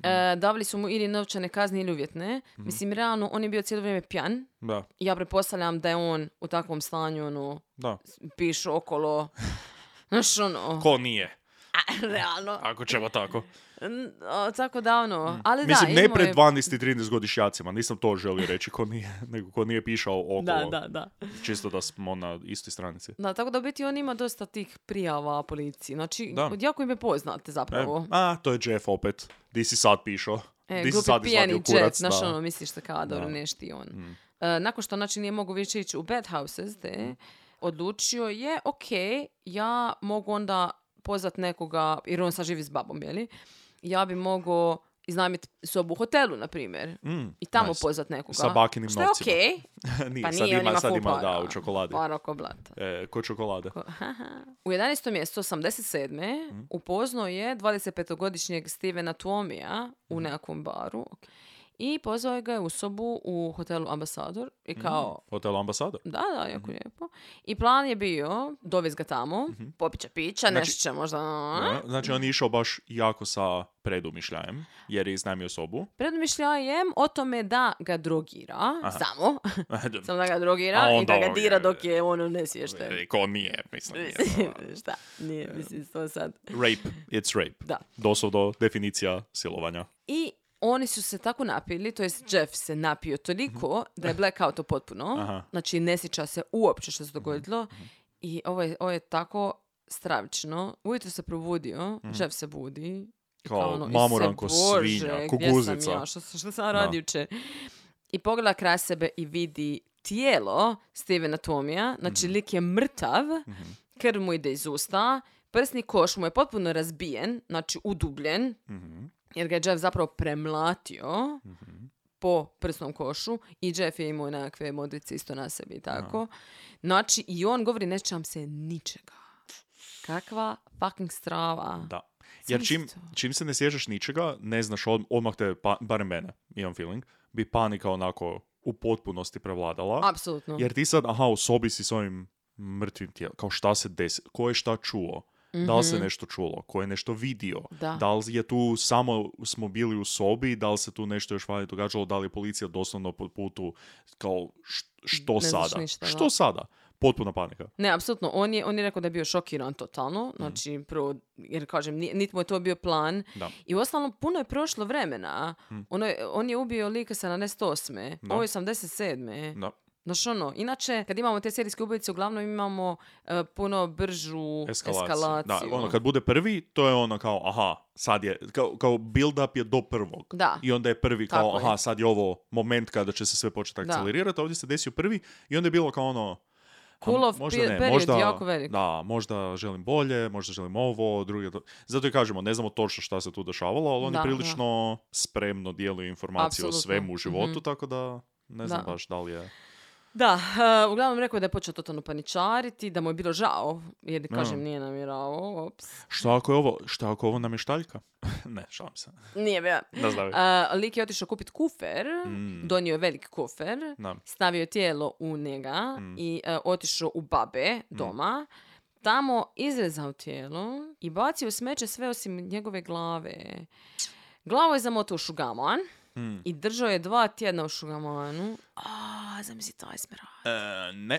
[SPEAKER 4] Mhm.
[SPEAKER 5] E, davali su mu ili novčane kazne ili uvjetne. Mislim, realno, on je bio cijelo vrijeme pjan.
[SPEAKER 4] Da,
[SPEAKER 5] Ja pretpostavljam da je on u takvom stanju, ono,
[SPEAKER 4] da.
[SPEAKER 5] pišu
[SPEAKER 4] <laughs>
[SPEAKER 5] okolo. Znaš, ono,
[SPEAKER 4] Ko nije,
[SPEAKER 5] realno.
[SPEAKER 4] ako ćemo tako.
[SPEAKER 5] N- o, tako davno. Ali
[SPEAKER 4] Mm. Mislim,
[SPEAKER 5] da,
[SPEAKER 4] ne
[SPEAKER 5] imao
[SPEAKER 4] pred
[SPEAKER 5] je-
[SPEAKER 4] 12 i 13 godišnjacima, nisam to želio reći, ko nije, <laughs> nego ko nije pišao okolo.
[SPEAKER 5] Da, da, da.
[SPEAKER 4] Čisto da smo na istoj stranici.
[SPEAKER 5] Da, tako da u biti on ima dosta tih prijava policiji. Znači,
[SPEAKER 4] Da.
[SPEAKER 5] jako im je poznat
[SPEAKER 4] E,
[SPEAKER 5] zapravo.
[SPEAKER 4] a, to je Jeff opet. Di si sad pišao?
[SPEAKER 5] E,
[SPEAKER 4] Di si
[SPEAKER 5] glupi
[SPEAKER 4] sad
[SPEAKER 5] pijani
[SPEAKER 4] izvadio
[SPEAKER 5] jet,
[SPEAKER 4] kurac?
[SPEAKER 5] znaš
[SPEAKER 4] da.
[SPEAKER 5] ono, misliš da kao, dobro,
[SPEAKER 4] Da. Mm.
[SPEAKER 5] nešti on. E, nakon što znači nije mogu više ići u bad houses, te, odlučio je, ok, ja mogu onda pozvat nekoga, jer on sad živi s babom, jeli? Ja bi mogao iznajmiti sobu u hotelu, na primjer.
[SPEAKER 4] Mm,
[SPEAKER 5] I tamo
[SPEAKER 4] nice.
[SPEAKER 5] pozvat nekoga.
[SPEAKER 4] Sa bakinim
[SPEAKER 5] Što je
[SPEAKER 4] novcima.
[SPEAKER 5] okej.
[SPEAKER 4] <laughs> nije,
[SPEAKER 5] Pa
[SPEAKER 4] sad
[SPEAKER 5] nije, on
[SPEAKER 4] ima,
[SPEAKER 5] ima
[SPEAKER 4] sad
[SPEAKER 5] full
[SPEAKER 4] ima, da,
[SPEAKER 5] para. Pa
[SPEAKER 4] u čokoladi.
[SPEAKER 5] Para oko blata.
[SPEAKER 4] E, ko čokolade.
[SPEAKER 5] U 11. mjestu 87.
[SPEAKER 4] Mm.
[SPEAKER 5] upoznao je 25-godišnjeg Stevena Tuomija u
[SPEAKER 4] Mhm.
[SPEAKER 5] nekakvom baru i pozvao ga je u sobu u hotelu Ambasador i
[SPEAKER 4] Mm.
[SPEAKER 5] kao,
[SPEAKER 4] Hotel Ambasada.
[SPEAKER 5] da, da,
[SPEAKER 4] Mhm.
[SPEAKER 5] jako lijepo. I plan je bio dovez ga tamo, popit će pića,
[SPEAKER 4] Znači-
[SPEAKER 5] nešto će možda...
[SPEAKER 4] Da, Znači, on je išao baš jako sa predumišljajem, jer je iznajmio sobu. <laughs>
[SPEAKER 5] Predumišljajem o tome da ga drogira, <laughs> samo, <laughs> samo da ga
[SPEAKER 4] A
[SPEAKER 5] drogira i
[SPEAKER 4] onda
[SPEAKER 5] da ga
[SPEAKER 4] on
[SPEAKER 5] dira
[SPEAKER 4] je-
[SPEAKER 5] dok je ono nesvješten.
[SPEAKER 4] E, Ko nije, mislim.
[SPEAKER 5] <laughs>
[SPEAKER 4] nije.
[SPEAKER 5] Šta,
[SPEAKER 4] E.
[SPEAKER 5] nije, mislim, to sad...
[SPEAKER 4] Rape, it's rape.
[SPEAKER 5] Da.
[SPEAKER 4] Doslovno definicija silovanja.
[SPEAKER 5] I oni su se tako napili, to jest Jeff se napio toliko da je blackoutao potpuno,
[SPEAKER 4] Mhm. Aha. Mhm,
[SPEAKER 5] znači ne sjeća se uopće što se dogodilo I ovo je, ovo je tako stravično. Ujutro se probudio, šef se budi. i
[SPEAKER 4] Mhm. Kao,
[SPEAKER 5] ono,
[SPEAKER 4] mamuranko
[SPEAKER 5] "Isuse Bože,
[SPEAKER 4] svinja,
[SPEAKER 5] gdje
[SPEAKER 4] kuguzica."
[SPEAKER 5] sam ja, što, sam- što sam radio jučer? I pogleda kraj sebe i vidi tijelo Stevena Tomija. Znači,
[SPEAKER 4] Mhm.
[SPEAKER 5] lik je mrtav, krv mu ide iz usta, prsni koš mu je potpuno razbijen, znači udubljen,
[SPEAKER 4] Mhm.
[SPEAKER 5] jer ga je Jeff zapravo premlatio po prsnom košu i Jeff je imao nekakve modrice isto na sebi i tako. Znači, i on govori, nećam se ničega. Kakva fucking strava.
[SPEAKER 4] Da. Jer čim,
[SPEAKER 5] Zamisli to.
[SPEAKER 4] čim se ne sjećaš ničega, ne znaš, od, odmah te, pa, barem mene, imam feeling, bi panika onako u potpunosti prevladala.
[SPEAKER 5] Apsolutno.
[SPEAKER 4] Jer ti sad, aha, u sobi si s ovim mrtvim tijelom. Kao šta se desi? Ko je šta čuo? Da li se nešto čulo? Ko je nešto vidio?
[SPEAKER 5] Mhm. Da.
[SPEAKER 4] li je tu samo smo bili u sobi? Da li se tu nešto još vani događalo? Da li je policija doslovno po putu kao š- što
[SPEAKER 5] Ne znaš
[SPEAKER 4] sada?
[SPEAKER 5] ništa, da.
[SPEAKER 4] što sada? Potpuna panika.
[SPEAKER 5] Ne, apsolutno. On je, on je rekao da je bio šokiran
[SPEAKER 4] Mhm.
[SPEAKER 5] totalno. Znači, prvo, jer kažem, ni- niti mu je to bio plan.
[SPEAKER 4] Da.
[SPEAKER 5] I uostalom, puno je prošlo vremena. Ono je- on je ubio lika 78.
[SPEAKER 4] Mhm. Da.
[SPEAKER 5] Ovo je 87.
[SPEAKER 4] Da.
[SPEAKER 5] Znaš ono, inače, kad imamo te serijske ubojice, uglavnom imamo e, puno bržu eskalaciju.
[SPEAKER 4] Eskalaciju. Da, ono, kad bude prvi, to je ono kao, aha, sad je, kao, kao build up je do prvog.
[SPEAKER 5] Da.
[SPEAKER 4] I onda je prvi kao,
[SPEAKER 5] Tako je.
[SPEAKER 4] aha, sad je ovo moment kada će se sve početi akcelerirati, ovdje se desio prvi i onda je bilo kao ono, a
[SPEAKER 5] Cool off
[SPEAKER 4] možda
[SPEAKER 5] pe-
[SPEAKER 4] ne,
[SPEAKER 5] period
[SPEAKER 4] možda,
[SPEAKER 5] jako velik.
[SPEAKER 4] Da, možda želim bolje, možda želim ovo, druge... do- Zato i kažemo, ne znamo točno šta se tu dešavalo, ali oni
[SPEAKER 5] Da,
[SPEAKER 4] prilično spremno dijeluju informacije
[SPEAKER 5] Apsolutno. Mhm.
[SPEAKER 4] o svemu u životu, tako da ne znam
[SPEAKER 5] Da.
[SPEAKER 4] baš da li je...
[SPEAKER 5] Da, e, uglavnom rekao je da je počeo totalno paničariti, da mu je bilo žao, jer
[SPEAKER 4] Mm.
[SPEAKER 5] kažem nije namjerao, ops.
[SPEAKER 4] Šta ako je ovo, šta ako je ovo namještaljka? <laughs> ne, šalim
[SPEAKER 5] <laughs>
[SPEAKER 4] se.
[SPEAKER 5] Nije bio.
[SPEAKER 4] Da, zdravi.
[SPEAKER 5] E, lik je otišao kupit kufer,
[SPEAKER 4] Mm.
[SPEAKER 5] donio je veliki kufer,
[SPEAKER 4] Da.
[SPEAKER 5] stavio je tijelo u njega i e, otišao u babe doma. Tamo izrezao tijelo i bacio u smeće sve osim njegove glave. Glavu je zamotao u šugaman i držao je dva tjedna u šugamanu. A, zamisli taj smrad.
[SPEAKER 4] E, ne.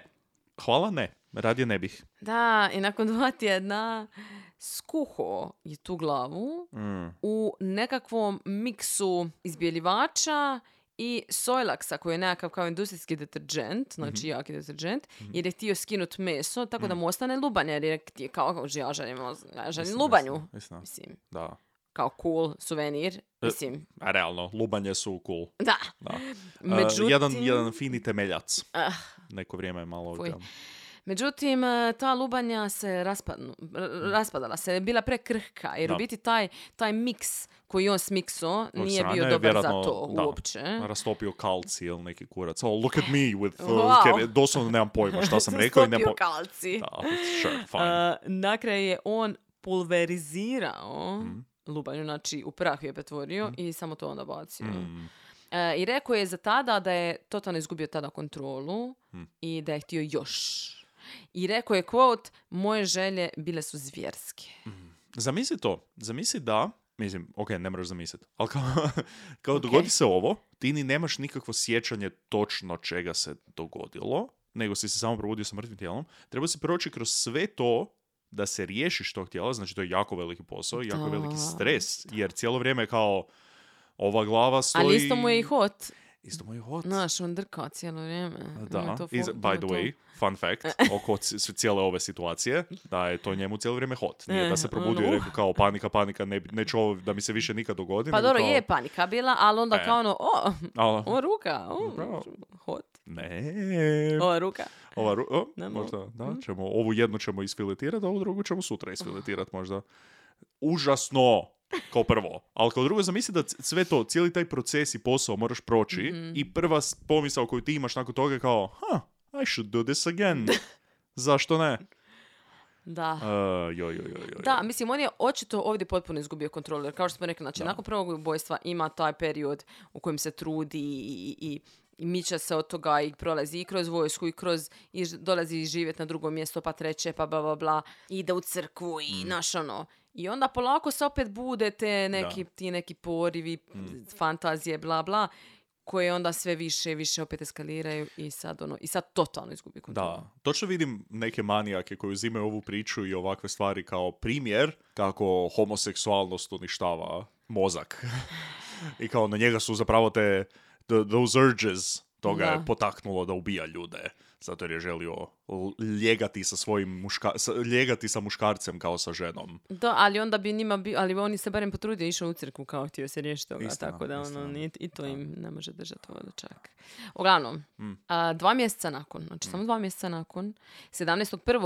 [SPEAKER 4] Hvala, ne. Radije ne bih.
[SPEAKER 5] Da, i nakon dva tjedna skuho je tu glavu
[SPEAKER 4] Mm.
[SPEAKER 5] u nekakvom miksu izbjeljivača i sojlaksa koji je nekakav kao industrijski deterđent, znači
[SPEAKER 4] Mhm.
[SPEAKER 5] jaki deterđent, jer je htio skinut meso tako da mu ostane lubanja, jer je htio kao, kao ja želim, ja želim
[SPEAKER 4] Mislim,
[SPEAKER 5] lubanju.
[SPEAKER 4] mislim, mislim,
[SPEAKER 5] Mislim,
[SPEAKER 4] da.
[SPEAKER 5] kao cool
[SPEAKER 4] E,
[SPEAKER 5] suvenir, mislim,
[SPEAKER 4] A realno, lubanje su cool.
[SPEAKER 5] da.
[SPEAKER 4] Da. E,
[SPEAKER 5] Međutim,
[SPEAKER 4] jedan, jedan fini temeljac.
[SPEAKER 5] Ah.
[SPEAKER 4] Neko vrijeme je malo...
[SPEAKER 5] Fuj.
[SPEAKER 4] ga-
[SPEAKER 5] Međutim, e, ta lubanja se raspadnu, r- raspadala se, bila prekrhka, jer u
[SPEAKER 4] Mhm. Da.
[SPEAKER 5] biti taj, taj miks koji je on smiksao
[SPEAKER 4] Od
[SPEAKER 5] nije bio
[SPEAKER 4] strane je
[SPEAKER 5] dobar za
[SPEAKER 4] vjerojatno-
[SPEAKER 5] to
[SPEAKER 4] da,
[SPEAKER 5] uopće.
[SPEAKER 4] Rastopio kalci ili neki kurac. Oh, look at me with... Uh,
[SPEAKER 5] Wow.
[SPEAKER 4] keve- Doslovno nemam pojma šta
[SPEAKER 5] <laughs>
[SPEAKER 4] sam rekao i nemam
[SPEAKER 5] Stopio
[SPEAKER 4] pojma.
[SPEAKER 5] kalci.
[SPEAKER 4] Da, sure, fine.
[SPEAKER 5] E, na kraju je on pulverizirao
[SPEAKER 4] Mhm.
[SPEAKER 5] lubanju, znači u prah je pretvorio i samo to onda bacio.
[SPEAKER 4] Mm,
[SPEAKER 5] E, I rekao je za tada da je totalno izgubio tada kontrolu
[SPEAKER 4] Mhm.
[SPEAKER 5] i da je htio još. I rekao je, quote, moje želje bile su zvjerske.
[SPEAKER 4] Zamisli to. Zamisli da... Mislim, ok, ne moraš zamisliti. Ali kao, <laughs> kao dogodi se ovo, ti ni nemaš nikakvo sjećanje točno čega se dogodilo, nego si se samo probudio sa mrtvim tijelom. Treba si proći kroz sve to da se riješiš tog tijela, znači to je jako veliki posao, i jako
[SPEAKER 5] Da,
[SPEAKER 4] veliki stres, jer cijelo vrijeme je kao ova glava stoji...
[SPEAKER 5] Ali isto mu je i hot.
[SPEAKER 4] Isto mu je hot.
[SPEAKER 5] Znaš, on drka cijelo vrijeme. Ima
[SPEAKER 4] Da,
[SPEAKER 5] to fo-
[SPEAKER 4] Is, by
[SPEAKER 5] ima
[SPEAKER 4] the
[SPEAKER 5] to. Pa
[SPEAKER 4] way, fun fact,
[SPEAKER 5] <laughs>
[SPEAKER 4] oko c- s- cijele ove situacije, da je to njemu cijelo vrijeme hot. Nije da se
[SPEAKER 5] Eh,
[SPEAKER 4] probudio i
[SPEAKER 5] ono,
[SPEAKER 4] rekao kao panika, panika, ne, bi- neću ovo da mi se više nikad dogodi.
[SPEAKER 5] Pa
[SPEAKER 4] nego
[SPEAKER 5] dobro,
[SPEAKER 4] kao,
[SPEAKER 5] je panika bila, ali onda
[SPEAKER 4] E.
[SPEAKER 5] kao ono, o, <laughs>
[SPEAKER 4] "Ala,
[SPEAKER 5] o ruka, o,
[SPEAKER 4] Upravo.
[SPEAKER 5] hot,
[SPEAKER 4] Ne,
[SPEAKER 5] o Hm? ruka.
[SPEAKER 4] ova, ru- o,
[SPEAKER 5] Nemo.
[SPEAKER 4] možda, da, ćemo, ovu jednu ćemo isfiletirati, a ovu drugu ćemo sutra isfiletirati možda. Užasno, kao prvo. Ali kao drugo, zamisli da c- sve to, cijeli taj proces i posao moraš proći
[SPEAKER 5] Mhm.
[SPEAKER 4] i prva s- pomisao koju ti imaš nakon toga je kao, ha, I should do this
[SPEAKER 5] <laughs>
[SPEAKER 4] again. Zašto ne?
[SPEAKER 5] Da.
[SPEAKER 4] <laughs> Uh, joj, joj, joj, joj.
[SPEAKER 5] Da, mislim, on je očito ovdje potpuno izgubio kontrolu, jer kao što smo rekli, znači, nakon prvog ubojstva ima taj period u kojem se trudi i, i, i, i miče se od toga i prolazi i kroz vojsku i kroz, i ž- dolazi živjeti na drugo mjesto, pa treće, pa bla, bla, bla, ide u crkvu
[SPEAKER 4] Mm.
[SPEAKER 5] i naš ono. I onda polako se opet bude te neki, ti neki porivi,
[SPEAKER 4] Mm.
[SPEAKER 5] fantazije, bla, bla, koje onda sve više i više opet eskaliraju i sad ono, i sad totalno izgubi kontrolu.
[SPEAKER 4] Da, točno vidim neke manijake koji uzimaju ovu priču i ovakve stvari kao primjer kako homoseksualnost uništava mozak. <laughs> I kao na njega su zapravo te, th- those urges toga
[SPEAKER 5] Da.
[SPEAKER 4] je potaknulo da ubija ljude. Zato jer je želio l- ljegati sa svojim muška- sa, ljegati sa muškarcem kao sa ženom.
[SPEAKER 5] Da, ali onda bi njima bi, ali oni se barem potrudio išao u crkvu kao htio se riješiti toga,
[SPEAKER 4] Istina,
[SPEAKER 5] tako da ono,
[SPEAKER 4] istina.
[SPEAKER 5] ni- i to im ne može držati vodu čak. Uglavnom,
[SPEAKER 4] Mm.
[SPEAKER 5] a, dva mjeseca nakon, znači samo dva mjeseca nakon,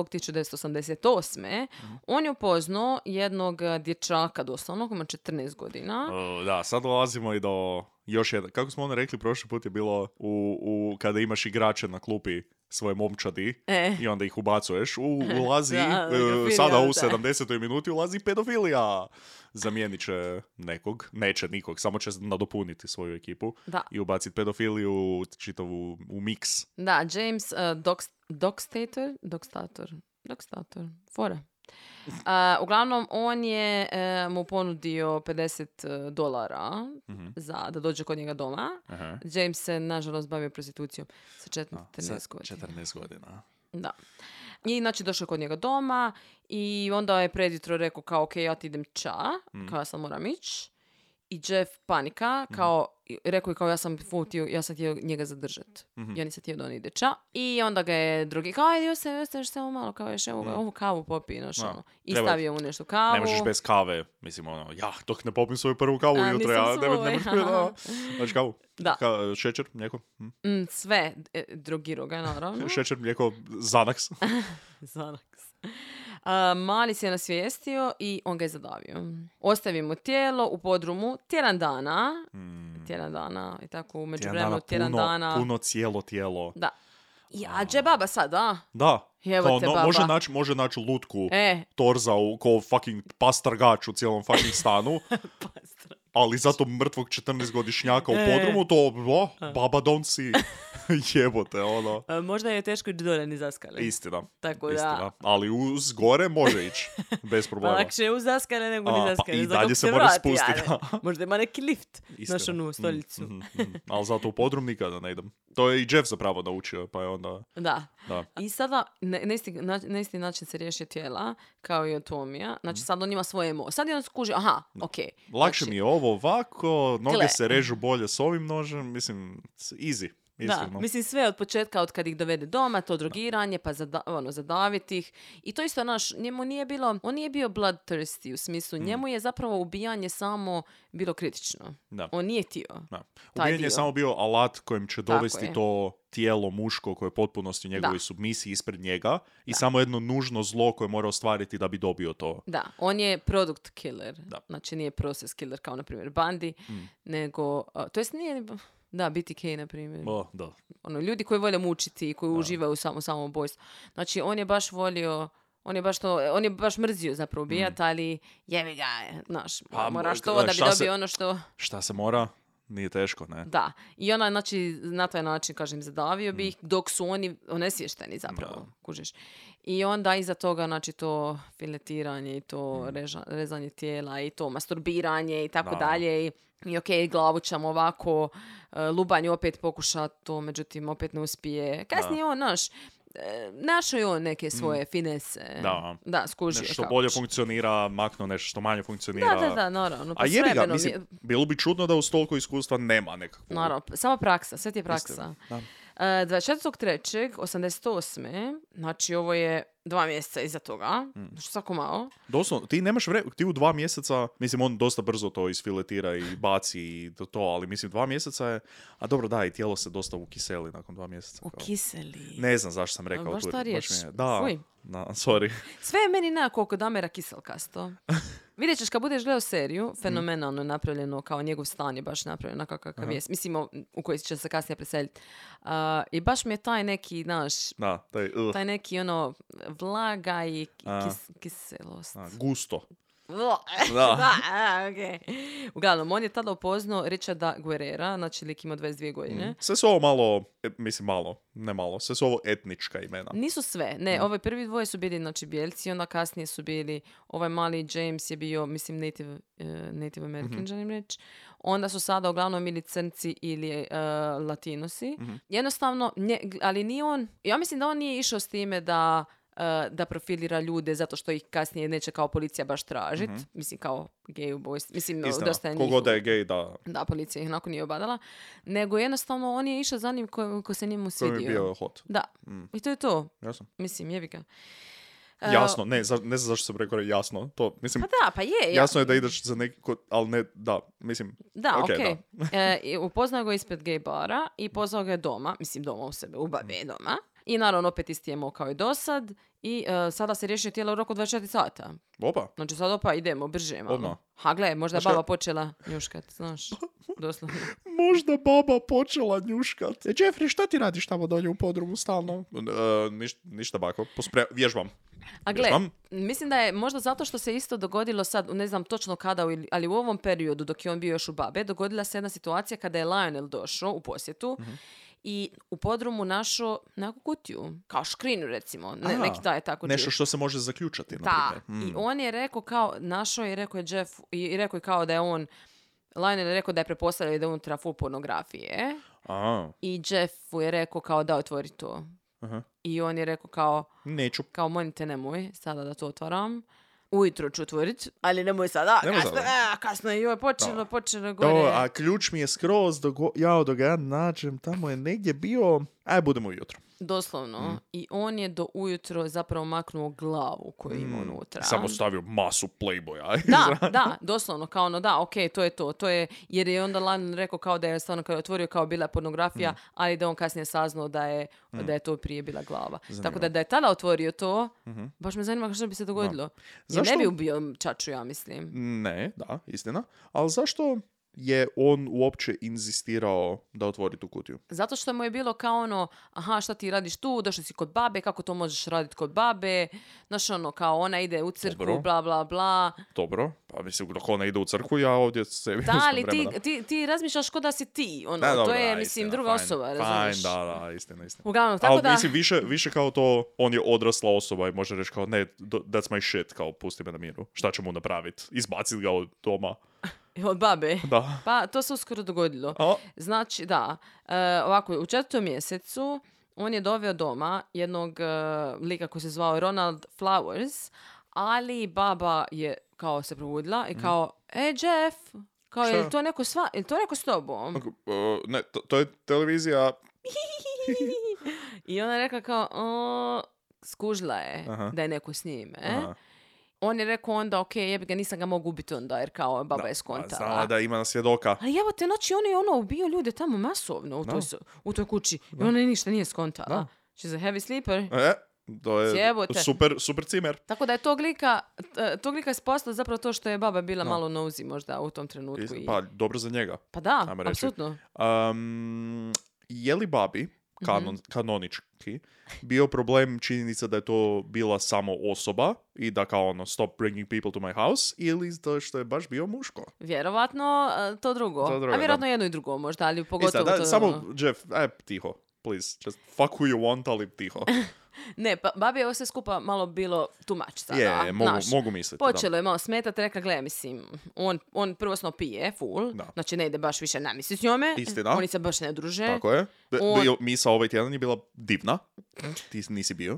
[SPEAKER 5] 17.1.1988.
[SPEAKER 4] Mhm.
[SPEAKER 5] on je upoznao jednog eh, dječaka doslovno, koji ima 14 godina.
[SPEAKER 4] O, Uh, da, sad dolazimo i do još jedan. Kako smo ono rekli, prošli put je bilo u, u, kada imaš igrače na klupi svoje momčadi
[SPEAKER 5] E.
[SPEAKER 4] <laughs> i onda ih ubacuješ. U,
[SPEAKER 5] <laughs>
[SPEAKER 4] ulazi,
[SPEAKER 5] Da,
[SPEAKER 4] e,
[SPEAKER 5] pedofilija,
[SPEAKER 4] sada u
[SPEAKER 5] da.
[SPEAKER 4] 70. minuti ulazi pedofilija. Zamijenit će nekog, neće nikog, samo će nadopuniti svoju ekipu
[SPEAKER 5] Da.
[SPEAKER 4] i ubaciti pedofiliju u čitavu u miks.
[SPEAKER 5] Da, James uh, Dox, Doxtator, Doxtator, Doxtator,
[SPEAKER 4] <laughs>
[SPEAKER 5] fora. A, uglavnom, on je e, mu ponudio 50 dolara
[SPEAKER 4] Mhm.
[SPEAKER 5] za, da dođe kod njega doma.
[SPEAKER 4] Aha.
[SPEAKER 5] James se, nažalost, bavio prostitucijom sa čet-
[SPEAKER 4] Da,
[SPEAKER 5] 14
[SPEAKER 4] sa
[SPEAKER 5] godina.
[SPEAKER 4] 14 godina.
[SPEAKER 5] Da. I znači došao je kod njega doma i onda je predjutro rekao kao ok, ja ti idem ča,
[SPEAKER 4] Mm.
[SPEAKER 5] kao ja sam moram ići. I Jeff panika,
[SPEAKER 4] Mhm.
[SPEAKER 5] kao, i- rekao je kao ja sam full htio- ja sam htio njega zadržat.
[SPEAKER 4] Mhm.
[SPEAKER 5] Ja nisam htio da on ide ča. I onda ga je drugi kao, ajde, ostaje, ostaješ samo malo, kao još evo, ovu kavu popi, znaš,
[SPEAKER 4] Mhm. Da.
[SPEAKER 5] ono. I
[SPEAKER 4] Treba-
[SPEAKER 5] stavio mu nešto kavu.
[SPEAKER 4] Ne možeš bez kave. Mislim, ono, ja, dok ne popim svoju prvu kavu
[SPEAKER 5] A,
[SPEAKER 4] jutro,
[SPEAKER 5] nisam
[SPEAKER 4] ja ne, ne
[SPEAKER 5] svoj.
[SPEAKER 4] možeš
[SPEAKER 5] <laughs>
[SPEAKER 4] da. Znači, kavu?
[SPEAKER 5] Da.
[SPEAKER 4] Ka- šećer, mlijeko? Hm?
[SPEAKER 5] Mm, sve, e, drogirao ga,
[SPEAKER 4] <laughs>
[SPEAKER 5] naravno.
[SPEAKER 4] Šećer, mlijeko,
[SPEAKER 5] <laughs>
[SPEAKER 4] zanaks.
[SPEAKER 5] Zanaks. A, mali se je nasvijestio i on ga je zadavio. Ostavi mu tijelo u podrumu tjedan dana. Tjedan dana i tako u
[SPEAKER 4] Hmm. Tjedan
[SPEAKER 5] međuvremenu
[SPEAKER 4] dana,
[SPEAKER 5] tjedan
[SPEAKER 4] puno,
[SPEAKER 5] dana.
[SPEAKER 4] puno cijelo tijelo.
[SPEAKER 5] Da. I a dže baba sad, a?
[SPEAKER 4] Da.
[SPEAKER 5] I evo
[SPEAKER 4] Kao,
[SPEAKER 5] te,
[SPEAKER 4] no,
[SPEAKER 5] baba.
[SPEAKER 4] može naći može naći lutku
[SPEAKER 5] E.
[SPEAKER 4] torza u ko fucking pastargač u cijelom fucking stanu, ali zato mrtvog 14-godišnjaka u
[SPEAKER 5] E.
[SPEAKER 4] podrumu, to o, baba don't see. <laughs> Jebote, ono.
[SPEAKER 5] A, možda je teško i dole ni zaskale.
[SPEAKER 4] Istina.
[SPEAKER 5] Tako da-
[SPEAKER 4] Istina. Ali uz gore može ići.
[SPEAKER 5] <laughs>
[SPEAKER 4] Bez
[SPEAKER 5] Pa
[SPEAKER 4] problema.
[SPEAKER 5] lakše je u zaskale nego
[SPEAKER 4] A,
[SPEAKER 5] ni
[SPEAKER 4] pa
[SPEAKER 5] zaskale.
[SPEAKER 4] i
[SPEAKER 5] Za
[SPEAKER 4] dalje
[SPEAKER 5] kako
[SPEAKER 4] se moraš
[SPEAKER 5] vrati,
[SPEAKER 4] spustit,
[SPEAKER 5] ali.
[SPEAKER 4] da.
[SPEAKER 5] Možda ima neki
[SPEAKER 4] <laughs>
[SPEAKER 5] lift.
[SPEAKER 4] Istina.
[SPEAKER 5] Našu onu stolicu.
[SPEAKER 4] Mhm, mhm. Ali zato u podrum nikada ne idem. To je i Jeff zapravo naučio, pa je onda...
[SPEAKER 5] Da.
[SPEAKER 4] Da.
[SPEAKER 5] I sada na, na isti, na, na isti način se riješi tijela, kao i otomija. Znači sad on ima svoje emo. Sad je on skuži, aha, ok.
[SPEAKER 4] Mhm. Lakše
[SPEAKER 5] znači,
[SPEAKER 4] mi je ovo ovako, noge
[SPEAKER 5] Gle.
[SPEAKER 4] se režu bolje s ovim nožem, mislim, s- easy.
[SPEAKER 5] Da,
[SPEAKER 4] Iskreno.
[SPEAKER 5] mislim sve od početka, od kad ih dovede doma, to drogiranje, pa zada, ono, zadaviti ih. I to isto, naš, njemu nije bilo, on nije bio bloodthirsty u smislu,
[SPEAKER 4] Mhm.
[SPEAKER 5] njemu je zapravo ubijanje samo bilo kritično.
[SPEAKER 4] Da.
[SPEAKER 5] On nije htio.
[SPEAKER 4] Da.
[SPEAKER 5] taj
[SPEAKER 4] Ubijanje
[SPEAKER 5] dio.
[SPEAKER 4] je samo bio alat kojim će
[SPEAKER 5] Tako
[SPEAKER 4] dovesti
[SPEAKER 5] je.
[SPEAKER 4] to tijelo muško koje je potpunosti u njegovoj
[SPEAKER 5] Da.
[SPEAKER 4] submisiji ispred njega i samo jedno nužno zlo koje mora ostvariti da bi dobio to.
[SPEAKER 5] Da, on je product killer.
[SPEAKER 4] Da. Mhm.
[SPEAKER 5] Znači nije process killer kao, na primjer, Bandi, nego, a, to jest nije, da, BTK, na primjer.
[SPEAKER 4] O, da.
[SPEAKER 5] ono, ljudi koji vole mučiti i koji uživaju samo samoubojstvu. Znači, on je baš volio, on je baš to, on je baš mrzio zapravo ubijat, ali jevi ga, znaš,
[SPEAKER 4] Mm. Pa,
[SPEAKER 5] moraš
[SPEAKER 4] mo-
[SPEAKER 5] to da bi
[SPEAKER 4] šta
[SPEAKER 5] dobio
[SPEAKER 4] se-
[SPEAKER 5] ono što,
[SPEAKER 4] Šta se mora? Nije teško, ne?
[SPEAKER 5] da. I ona, znači, na taj način, kažem, zadavio bi
[SPEAKER 4] Mm.
[SPEAKER 5] ih, dok su oni onesvješteni zapravo, kužiš. I onda iza toga, znači, to filetiranje i to reža- rezanje tijela i to masturbiranje i tako
[SPEAKER 4] Mm. Da.
[SPEAKER 5] dalje i i ok, glavu ćemo ovako, e, lubanju opet pokuša to, međutim opet ne uspije. Kasnije on, naš, eh, našao je on neke svoje finese.
[SPEAKER 4] Mm. Da.
[SPEAKER 5] skužio.
[SPEAKER 4] Nešto
[SPEAKER 5] kako
[SPEAKER 4] bolje
[SPEAKER 5] će.
[SPEAKER 4] funkcionira, makno nešto što manje funkcionira.
[SPEAKER 5] Da, da, da, naravno. pa
[SPEAKER 4] A
[SPEAKER 5] s
[SPEAKER 4] jebi ga,
[SPEAKER 5] vremenom je-
[SPEAKER 4] mislim, bilo bi čudno da uz toliko iskustva nema nekakvog.
[SPEAKER 5] Naravno, p- samo praksa, sve ti je praksa.
[SPEAKER 4] Da.
[SPEAKER 5] E, 24.3.88. Znači, ovo je dva mjeseca iza toga,
[SPEAKER 4] Mm.
[SPEAKER 5] što svako malo.
[SPEAKER 4] Doslovno, ti nemaš vremena, ti u dva mjeseca, mislim on dosta brzo to isfiletira i baci i to, to, ali mislim dva mjeseca je, a dobro da, i tijelo se dosta ukiseli nakon dva mjeseca. kao.
[SPEAKER 5] Ukiseli.
[SPEAKER 4] Ne znam zašto sam rekao
[SPEAKER 5] baš
[SPEAKER 4] tu
[SPEAKER 5] ta riječ.
[SPEAKER 4] mi je- Da,
[SPEAKER 5] Fuj.
[SPEAKER 4] da, sorry.
[SPEAKER 5] Sve je meni nekako oko Damera
[SPEAKER 4] <laughs>
[SPEAKER 5] kiselkasto. Vidjet ćeš kad budeš gledao seriju,
[SPEAKER 4] Mm.
[SPEAKER 5] fenomenalno je napravljeno, kao njegov stan je baš napravljen, onako kakav je, mislim o- u koji će se kasnije preseliti. A, I baš mi je taj neki, znaš,
[SPEAKER 4] Da, taj, uh,
[SPEAKER 5] taj neki ono vlaga i
[SPEAKER 4] A.
[SPEAKER 5] kis- kiselost. <laughs>
[SPEAKER 4] a, gusto.
[SPEAKER 5] Da.
[SPEAKER 4] Da.
[SPEAKER 5] a, okej. Uglavnom, on je tada upoznao Richarda Guerrera, znači lik ima 22 godine.
[SPEAKER 4] Mm. Sve su ovo malo, e, mislim malo, ne malo, sve su ovo etnička imena.
[SPEAKER 5] Nisu sve, ne, ove prvi dvoje su bili znači bijelci, onda kasnije su bili ovaj mali James je bio, mislim, native, eh, native American,
[SPEAKER 4] Mhm.
[SPEAKER 5] želim reći. Onda su sada uglavnom ili crnci ili eh,
[SPEAKER 4] Mhm.
[SPEAKER 5] latinosi. Jednostavno, nje- ali nije on, ja mislim da on nije išao s time da eh, da profilira ljude zato što ih kasnije neće kao policija baš tražit. Mislim, kao gay ubojstvo. Mislim, dosta je njih
[SPEAKER 4] Kogoda je gej, Mhm. da.
[SPEAKER 5] da, policija ih nakon nije obadala, nego jednostavno on je išao za njim ko, ko se njemu
[SPEAKER 4] To mi je
[SPEAKER 5] svidio.
[SPEAKER 4] bio hot. Mm,
[SPEAKER 5] Da, i to je to.
[SPEAKER 4] Jasno.
[SPEAKER 5] Mislim, jebi ga. E,
[SPEAKER 4] Jasno, ne, za, ne znam zašto sam rekao jasno. To, mislim,
[SPEAKER 5] Pa da, pa je. ja-
[SPEAKER 4] jasno je da ideš za neki, ko- ali ne, da, mislim,
[SPEAKER 5] Da,
[SPEAKER 4] Ok,
[SPEAKER 5] okej. <laughs> E, i upoznao ga ispred gay bara i pozvao ga je doma, mislim doma u sebe, u babe doma. I naravno opet isti je mol kao i dosad i e, sada se riješio tijelo u roku 24 sata.
[SPEAKER 4] opa,
[SPEAKER 5] Znači sad pa idemo, brže malo.
[SPEAKER 4] Odmah.
[SPEAKER 5] Ha, gle, možda je
[SPEAKER 4] Znaš
[SPEAKER 5] baba
[SPEAKER 4] ka-
[SPEAKER 5] počela njuškat, znaš, doslovno.
[SPEAKER 4] Možda baba počela njuškat. E, Jeffrey, šta ti radiš tamo dolje u podrumu stalno? ništa, E, ništa bako. Pospre... Vježbam.
[SPEAKER 5] A gle,
[SPEAKER 4] Vježbam.
[SPEAKER 5] mislim da je možda zato što se isto dogodilo sad, ne znam točno kada, u- ali u ovom periodu dok je on bio još u babe, dogodila se jedna situacija kada je Lionel došao u posjetu
[SPEAKER 4] Mhm.
[SPEAKER 5] i u podrumu našao neku kutiju, kao škrinu recimo, ne,
[SPEAKER 4] A,
[SPEAKER 5] neki taj tako
[SPEAKER 4] Nešto
[SPEAKER 5] džip.
[SPEAKER 4] što se može zaključati, na
[SPEAKER 5] Da,
[SPEAKER 4] primjer. Mm.
[SPEAKER 5] i on je rekao kao, našao je, rekao je Jeff, i, i rekao je kao da je on, Lionel je rekao da je prepostavljao da je unutra full pornografije
[SPEAKER 4] A,
[SPEAKER 5] i Jeffu je rekao kao da otvori to.
[SPEAKER 4] aha.
[SPEAKER 5] I on je rekao kao,
[SPEAKER 4] Neću.
[SPEAKER 5] kao molim te nemoj sada da to otvaram. Ujutro ću otvorit, ali nemoj sada,
[SPEAKER 4] Nemoj
[SPEAKER 5] kasno,
[SPEAKER 4] sada.
[SPEAKER 5] e, kasno je, joj, počelo,
[SPEAKER 4] Da.
[SPEAKER 5] počelo gore.
[SPEAKER 4] To, a ključ mi je skroz, do go... jao, dok ga ja nađem, tamo je negdje bio, aj, budemo ujutro.
[SPEAKER 5] Doslovno.
[SPEAKER 4] Mm.
[SPEAKER 5] I on je do ujutro zapravo maknuo glavu koju ima Mm, unutra.
[SPEAKER 4] Mm, Samo stavio masu Playboya.
[SPEAKER 5] <laughs>
[SPEAKER 4] <laughs>
[SPEAKER 5] da, da, doslovno, kao ono, da, ok, to je to, to je, jer je onda Lan rekao kao da je stvarno kada je otvorio kao bila
[SPEAKER 4] Mm.
[SPEAKER 5] pornografija, ali da on kasnije saznao da je, da je to prije bila glava. Tako da da je tada otvorio to, baš me zanima što bi se dogodilo. Jer ne
[SPEAKER 4] Mhm. Zašto-
[SPEAKER 5] bi ubio čaču, ja mislim.
[SPEAKER 4] Ne, da, istina. Ali zašto je on uopće inzistirao da otvori tu kutiju?
[SPEAKER 5] Zato što mu je bilo kao ono, aha, šta ti radiš tu, došli si kod babe, kako to možeš raditi kod babe, znaš ono, kao ona ide u crku,
[SPEAKER 4] Dobro.
[SPEAKER 5] bla, bla,
[SPEAKER 4] <laughs>
[SPEAKER 5] bla.
[SPEAKER 4] Dobro, pa mislim, dok ona ide u crku, ja ovdje sebi
[SPEAKER 5] Da,
[SPEAKER 4] uzmem
[SPEAKER 5] ali ti,
[SPEAKER 4] vremena.
[SPEAKER 5] ti, ti razmišljaš ko da si ti, ono,
[SPEAKER 4] Da,
[SPEAKER 5] to
[SPEAKER 4] dobro,
[SPEAKER 5] je,
[SPEAKER 4] da,
[SPEAKER 5] mislim,
[SPEAKER 4] istina,
[SPEAKER 5] druga
[SPEAKER 4] fine,
[SPEAKER 5] osoba,
[SPEAKER 4] fine,
[SPEAKER 5] razumiješ?
[SPEAKER 4] da, da, istina, istina.
[SPEAKER 5] Uglavnom, tako
[SPEAKER 4] Ali
[SPEAKER 5] da,
[SPEAKER 4] mislim, više, više kao to, on je odrasla osoba i može reći kao, ne, do- that's my shit, kao, pusti me na miru. Šta ću mu napravit? Izbacit ga od doma.
[SPEAKER 5] <laughs> od babe.
[SPEAKER 4] Da.
[SPEAKER 5] Pa, to se uskoro dogodilo.
[SPEAKER 4] A,
[SPEAKER 5] Znači, da, e, ovako, u četvrtom mjesecu on je doveo doma jednog e, lika koji se zvao Ronald Flowers, ali baba je kao se probudila i kao, e, Jeff, kao,
[SPEAKER 4] Mhm. Šta?
[SPEAKER 5] je li to neko sva, je li to neko s tobom?
[SPEAKER 4] ako- e, ne, to, to je televizija,
[SPEAKER 5] I ona je rekla kao, "O, skužila je
[SPEAKER 4] Aha.
[SPEAKER 5] da je neko s njime.
[SPEAKER 4] Aha.
[SPEAKER 5] On je rekao onda, ok, jebi ga, nisam ga mogu ubiti onda, jer kao baba je
[SPEAKER 4] a,
[SPEAKER 5] skontala.
[SPEAKER 4] pa znala da ima svjedoka.
[SPEAKER 5] Ali evo te, znači on je ono ubio ljude tamo masovno u toj,
[SPEAKER 4] Da.
[SPEAKER 5] s- u toj kući. I ona ništa nije skontala.
[SPEAKER 4] Da.
[SPEAKER 5] She's a heavy sleeper.
[SPEAKER 4] E, to je
[SPEAKER 5] Sjebote.
[SPEAKER 4] super, super cimer.
[SPEAKER 5] Tako da je tog lika, t- tog lika spaslo zapravo to što je baba bila malo nozi možda u tom trenutku.
[SPEAKER 4] Is-
[SPEAKER 5] i-
[SPEAKER 4] Pa, dobro za njega.
[SPEAKER 5] pa da,
[SPEAKER 4] ajmo reći.
[SPEAKER 5] apsolutno.
[SPEAKER 4] Um, je li babi, kanon,
[SPEAKER 5] Mhm.
[SPEAKER 4] kanonički, bio problem činjenica da je to bila samo osoba i da kao ono stop bringing people to my house ili zato što je baš bio muško?
[SPEAKER 5] Vjerovatno e, to drugo.
[SPEAKER 4] To drugo,
[SPEAKER 5] A
[SPEAKER 4] da.
[SPEAKER 5] vjerovatno jedno i drugo možda, ali pogotovo
[SPEAKER 4] Ista, da,
[SPEAKER 5] to ono,
[SPEAKER 4] samo Jeff, e, tiho, please, just fuck who you want, ali tiho.
[SPEAKER 5] Ne, pa babi je ovo sve skupa malo bilo tumač <laughs> sada.
[SPEAKER 4] Je, je, mogu,
[SPEAKER 5] znaš.
[SPEAKER 4] mogu misliti.
[SPEAKER 5] Počelo je malo smetati, rekla, gle, mislim, on, on prvo sno pije, full,
[SPEAKER 4] Da.
[SPEAKER 5] znači ne ide baš više na misli s njome,
[SPEAKER 4] Istina.
[SPEAKER 5] oni se baš ne druže,
[SPEAKER 4] Da. Tako je. B-
[SPEAKER 5] On- Mhm.
[SPEAKER 4] bio- Misa ovaj tjedan je bila divna. Ti nisi bio.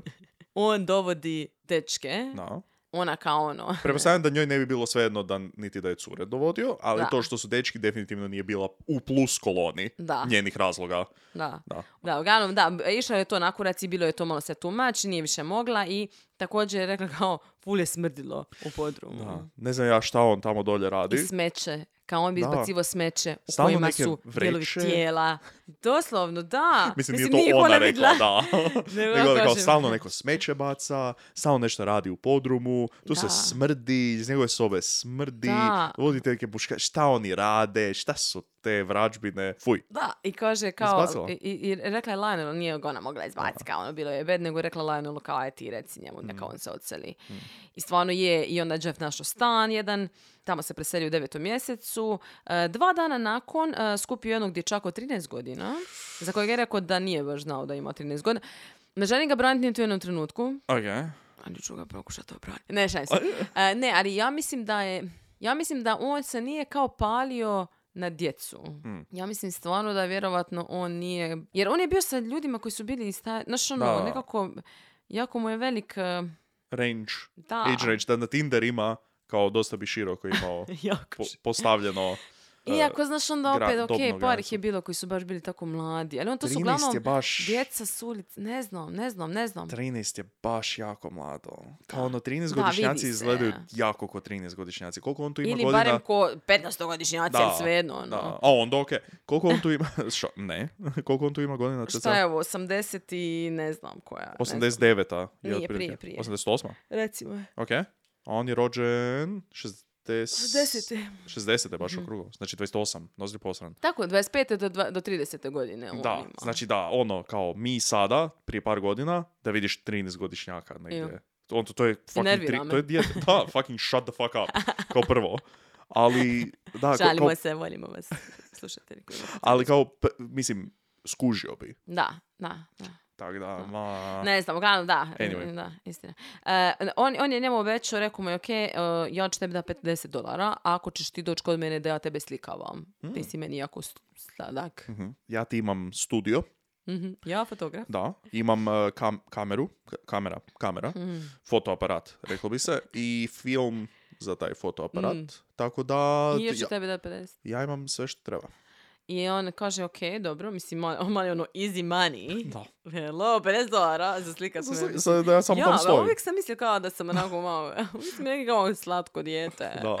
[SPEAKER 5] on dovodi dečke,
[SPEAKER 4] No.
[SPEAKER 5] ona kao ono, <laughs>
[SPEAKER 4] Prepostavljam da njoj ne bi bilo svejedno da niti da je cure dovodio, ali
[SPEAKER 5] Da.
[SPEAKER 4] to što su dečki definitivno nije bila u plus koloni
[SPEAKER 5] Da.
[SPEAKER 4] njenih razloga.
[SPEAKER 5] da.
[SPEAKER 4] Da.
[SPEAKER 5] Da, uglavnom, da, b- išla je to na kurac i bilo je to malo se tumači, nije više mogla i također je rekla kao, ful je smrdilo u podrumu.
[SPEAKER 4] Da. Mm. Ne znam ja šta on tamo dolje radi.
[SPEAKER 5] I smeće, kao on bi
[SPEAKER 4] Da.
[SPEAKER 5] izbacivo smeće u
[SPEAKER 4] Stalno
[SPEAKER 5] kojima
[SPEAKER 4] neke
[SPEAKER 5] su dijelovi
[SPEAKER 4] vreće.
[SPEAKER 5] tijela. Doslovno, da.
[SPEAKER 4] Mislim,
[SPEAKER 5] nije
[SPEAKER 4] nije to ona
[SPEAKER 5] vidjela.
[SPEAKER 4] rekla, da.
[SPEAKER 5] <laughs> Nego
[SPEAKER 4] Nego je kao
[SPEAKER 5] kažem.
[SPEAKER 4] stalno neko smeće baca, stalno nešto radi u podrumu, tu
[SPEAKER 5] Da.
[SPEAKER 4] se smrdi, iz njegove sobe smrdi,
[SPEAKER 5] Da.
[SPEAKER 4] vodite neke buška, šta oni rade, šta su te vrađbine, fuj.
[SPEAKER 5] Da, i kaže kao,
[SPEAKER 4] Izbacila?
[SPEAKER 5] i, i- i rekla je Lionelu, nije ga ona mogla izbaciti, kao ono bilo je bed, nego je rekla Lionelu kao aj ti reci njemu, neka on se odseli. I stvarno je, i onda je Jeff našao stan jedan, tamo se preselio u devetom mjesecu. E, dva dana nakon e, skupio je jednog dječaka od 13 godina, za kojeg je rekao da nije baš znao da ima 13 godina. Ne želim ga braniti niti u jednom trenutku,
[SPEAKER 4] Ok.
[SPEAKER 5] ali ću ga pokušati obraniti. Ne, šalim se. E, ne, ali ja mislim da je, ja mislim da on se nije kao palio na djecu.
[SPEAKER 4] Hmm.
[SPEAKER 5] Ja mislim stvarno da vjerovatno on nije, jer on je bio sa ljudima koji su bili, ista, znaš ono,
[SPEAKER 4] Da.
[SPEAKER 5] nekako Jako mu je velik... e,
[SPEAKER 4] range,
[SPEAKER 5] Da.
[SPEAKER 4] age
[SPEAKER 5] <laughs>
[SPEAKER 4] range, da na Tinder ima kao dosta bi široko imao
[SPEAKER 5] jako
[SPEAKER 4] po- postavljeno. e,
[SPEAKER 5] Iako, znaš, onda opet,
[SPEAKER 4] gra- dobnu
[SPEAKER 5] ok, par ih
[SPEAKER 4] granicu.
[SPEAKER 5] je bilo koji su baš bili tako mladi, ali on to su
[SPEAKER 4] 13
[SPEAKER 5] uglavnom
[SPEAKER 4] je baš...
[SPEAKER 5] djeca s ulice, ne znam, ne znam, ne znam.
[SPEAKER 4] 13 je baš jako mlado. Kao ono,
[SPEAKER 5] Da,
[SPEAKER 4] 13-godišnjaci
[SPEAKER 5] vidi se.
[SPEAKER 4] izgledaju jako ko 13-godišnjaci. Koliko on tu ima
[SPEAKER 5] Ili
[SPEAKER 4] godina?
[SPEAKER 5] barem ko 15-godišnjaci, ali svejedno, ono.
[SPEAKER 4] Da. A onda okej. Koliko on tu ima... <laughs> Šo? Ne. Koliko on tu ima godina?
[SPEAKER 5] Šta je ovo, 80 i ne znam koja. ne znam.
[SPEAKER 4] 89-a. je
[SPEAKER 5] Nije,
[SPEAKER 4] otprilike.
[SPEAKER 5] prije, prije.
[SPEAKER 4] 88-a?
[SPEAKER 5] Recimo.
[SPEAKER 4] Ok. A on je rođen... 60...
[SPEAKER 5] 60.
[SPEAKER 4] 60 baš okruglo. Znači 28. Nozri posran.
[SPEAKER 5] Tako, 25. do, dva- do 30. godine on
[SPEAKER 4] Da,
[SPEAKER 5] ima.
[SPEAKER 4] znači da, ono, kao mi sada, prije par godina, da vidiš 13-godišnjaka negdje.
[SPEAKER 5] Ju.
[SPEAKER 4] On to, to je fucking,
[SPEAKER 5] Nervira
[SPEAKER 4] tri,
[SPEAKER 5] me.
[SPEAKER 4] to je dijete.
[SPEAKER 5] <laughs>
[SPEAKER 4] Da, fucking shut the fuck up, kao prvo. Ali, da, kao,
[SPEAKER 5] Šalimo
[SPEAKER 4] kao-
[SPEAKER 5] se, volimo vas, <laughs> slušatelji. koji volite.
[SPEAKER 4] ali kao, p- mislim, skužio bi.
[SPEAKER 5] Da, da, da.
[SPEAKER 4] Tak da, ma...
[SPEAKER 5] Ne znam, uglavnom da.
[SPEAKER 4] Anyway.
[SPEAKER 5] Da, istina. E, on, on je njemu obećao, rekao mu je, ok, e, ja ću tebi da 50 dolara, a ako ćeš ti doći kod mene da ja tebe slikavam.
[SPEAKER 4] Mm.
[SPEAKER 5] Ti si meni jako st- sladak.
[SPEAKER 4] Mhm. Ja ti imam studio,
[SPEAKER 5] Mhm. <laughs> Ja fotograf.
[SPEAKER 4] da, imam eh, kam- kameru, k- kamera, kamera,
[SPEAKER 5] Mhm.
[SPEAKER 4] fotoaparat, reklo bi se, i film za taj fotoaparat, tako da
[SPEAKER 5] Mm. I još ću
[SPEAKER 4] ja,
[SPEAKER 5] tebi da 50.
[SPEAKER 4] ja imam sve što treba.
[SPEAKER 5] I on kaže, ok, dobro, mislim, on on mali ono easy money.
[SPEAKER 4] Da.
[SPEAKER 5] Hello, 50 dolara za slikat
[SPEAKER 4] Za-
[SPEAKER 5] me.
[SPEAKER 4] za- za- da ja samo
[SPEAKER 5] ja,
[SPEAKER 4] tam
[SPEAKER 5] ma,
[SPEAKER 4] stojim.
[SPEAKER 5] uvijek sam mislio kao da sam onako malo, <laughs> uvijek sam neki kao slatko dijete.
[SPEAKER 4] Da,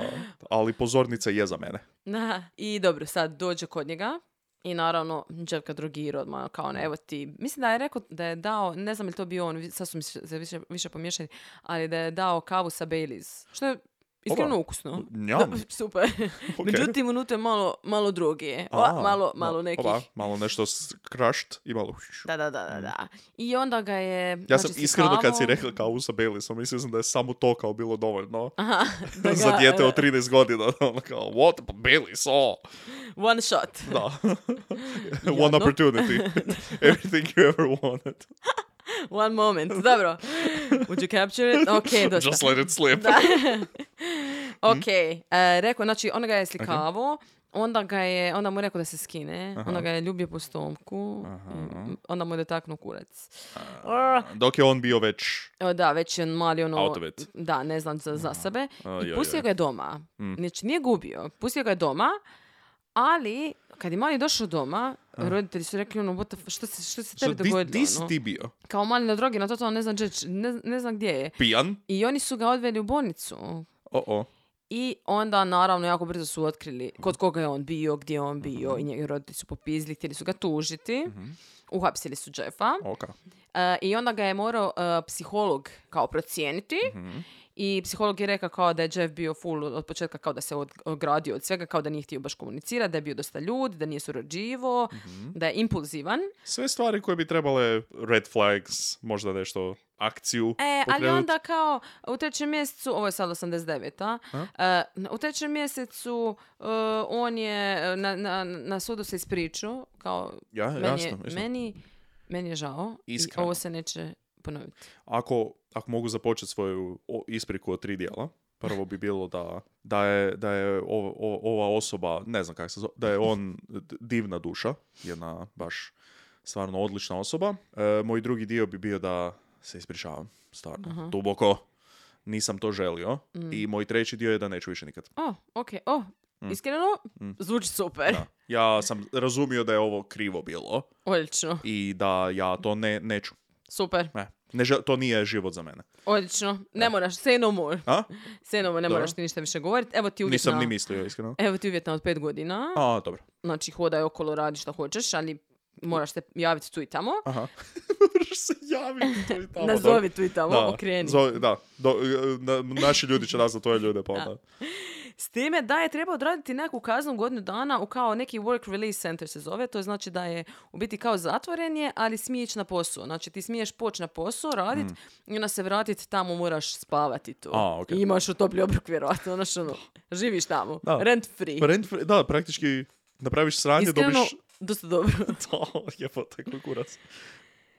[SPEAKER 4] ali pozornica je za mene.
[SPEAKER 5] Da. I dobro, sad dođe kod njega i naravno Đevka drogira odmah kao ono, evo ti. Mislim da je rekao da je dao, ne znam je li to bio on, vi- sad su mi se više, više pomiješani, ali da je dao kavu sa Baileys. Što je iskreno
[SPEAKER 4] Oba.
[SPEAKER 5] ukusno. <laughs>
[SPEAKER 4] Njam.
[SPEAKER 5] Super. Mm. Međutim, unutra je malo, malo droge. O,
[SPEAKER 4] A,
[SPEAKER 5] malo,
[SPEAKER 4] ma-
[SPEAKER 5] malo nekih.
[SPEAKER 4] ova, malo nešto s- crushed i malo...
[SPEAKER 5] Da, da, da, da, da. I onda ga je...
[SPEAKER 4] Ja sam
[SPEAKER 5] znači,
[SPEAKER 4] iskreno kad si
[SPEAKER 5] slikavao.
[SPEAKER 4] rekla kao Usa Baileysom, mislio sam da je samo to kao bilo dovoljno
[SPEAKER 5] Aha,
[SPEAKER 4] <laughs>
[SPEAKER 5] da
[SPEAKER 4] za
[SPEAKER 5] ga,
[SPEAKER 4] dijete
[SPEAKER 5] e,
[SPEAKER 4] od 13 godina. <laughs> Ono kao, what? Pa Baileys, o!
[SPEAKER 5] One shot. <laughs>
[SPEAKER 4] Da. One
[SPEAKER 5] Jadno. <laughs>
[SPEAKER 4] opportunity. Everything you ever wanted.
[SPEAKER 5] One moment. <laughs> Dobro. Would you capture it?
[SPEAKER 4] <laughs>
[SPEAKER 5] Ok, dosta.
[SPEAKER 4] Just hmm? let it slip.
[SPEAKER 5] Da. ok, e, rekao, znači on ga je slikavao, onda, ga je, onda mu je rekao da se skine, onda ga je ljubio po stomku, m, onda mu je dotaknuo kurac.
[SPEAKER 4] <laughs> Dok je on bio već...
[SPEAKER 5] Evo da, već je mali ono...
[SPEAKER 4] Out of it.
[SPEAKER 5] Da, ne znam za, za sebe.
[SPEAKER 4] Ajajaj.
[SPEAKER 5] I pustio ga je doma.
[SPEAKER 4] Hmm.
[SPEAKER 5] Znači nije gubio, pustio ga je doma, ali kad je mali došao doma, roditelji su rekli ono, what the f- što se, što se tebi
[SPEAKER 4] Ah. Što, di,
[SPEAKER 5] dogodilo?
[SPEAKER 4] di si
[SPEAKER 5] ono?
[SPEAKER 4] ti bio?
[SPEAKER 5] Kao mali na drogi, na to, to ne znam, gdje- ne, ne znam gdje je.
[SPEAKER 4] Pijan?
[SPEAKER 5] I oni su ga odveli u bolnicu.
[SPEAKER 4] O-o.
[SPEAKER 5] I onda, naravno, jako brzo su otkrili kod koga je on bio, gdje je on bio i njegovi roditelji su popizli, htjeli su ga tužiti. Uhapsili su Jeffa.
[SPEAKER 4] Oka.
[SPEAKER 5] E, I onda ga je morao e, psiholog kao procijeniti. I psiholog je rekao kao da je Jeff bio full od početka kao da se od- ogradio od svega, kao da nije htio baš komunicirati, da je bio dosta ljud, da nije surađivo, da je impulzivan.
[SPEAKER 4] Sve stvari koje bi trebale red flags, možda nešto akciju
[SPEAKER 5] E, ali
[SPEAKER 4] pokrenut.
[SPEAKER 5] onda kao u trećem mjesecu, ovo je sad 89-a, e, u trećem mjesecu e, on je e, na, na, na sudu se ispričao, kao
[SPEAKER 4] Ja,
[SPEAKER 5] meni,
[SPEAKER 4] E, jasno,
[SPEAKER 5] je,
[SPEAKER 4] jasno.
[SPEAKER 5] Meni, meni je žao i
[SPEAKER 4] Iskreno.
[SPEAKER 5] ovo se neće ponoviti.
[SPEAKER 4] Ako, ako mogu započeti svoju o- ispriku od tri dijela, prvo bi bilo da, da je, da je o- o- ova osoba, ne znam kako se zove, da je on d- divna duša, jedna baš stvarno odlična osoba. E, moj drugi dio bi bio da se ispričavam, stvarno, duboko. Nisam to želio.
[SPEAKER 5] Mm.
[SPEAKER 4] I moj treći dio je da neću više nikad.
[SPEAKER 5] O, ok, o, iskreno, zvuči super,
[SPEAKER 4] Mm. Da. Ja sam razumio da je ovo krivo bilo
[SPEAKER 5] odlično,
[SPEAKER 4] i da ja to ne, neću.
[SPEAKER 5] super,
[SPEAKER 4] Ne, ne žel- to nije život za mene.
[SPEAKER 5] odlično, ne moraš, say no more,
[SPEAKER 4] A?
[SPEAKER 5] say no more,
[SPEAKER 4] Dobro.
[SPEAKER 5] ne moraš ti ništa više govoriti, evo ti uvjetna,
[SPEAKER 4] Nisam ni mislio, iskreno.
[SPEAKER 5] evo ti uvjetna od pet godina,
[SPEAKER 4] A, dobro.
[SPEAKER 5] znači hodaj okolo, radi šta hoćeš, ali moraš se javiti tu i tamo.
[SPEAKER 4] Aha. <laughs> Moraš se javiti tu i tamo.
[SPEAKER 5] Nazovi tu i tamo,
[SPEAKER 4] dobro.
[SPEAKER 5] okreni.
[SPEAKER 4] Zove- da. Do- e, na- naši ljudi će nazvat tvoje ljude, pa onda.
[SPEAKER 5] S time da je trebao odraditi neku kaznu godinu dana u kao neki work release center se zove, to znači da je u biti kao zatvoren je, ali smije ići na posao. Znači ti smiješ poći na posao, radit i onda se vratit tamo moraš spavati tu.
[SPEAKER 4] Hmm. A, okej.
[SPEAKER 5] I imaš u topli obrok vjerojatno, znaš ono, živiš tamo,
[SPEAKER 4] Da.
[SPEAKER 5] rent free.
[SPEAKER 4] Rent free- Pa da, praktički napraviš sranje,
[SPEAKER 5] Iskreno,
[SPEAKER 4] dobiš... <laughs>
[SPEAKER 5] dosta dobro.
[SPEAKER 4] To, jebote, koji kurac.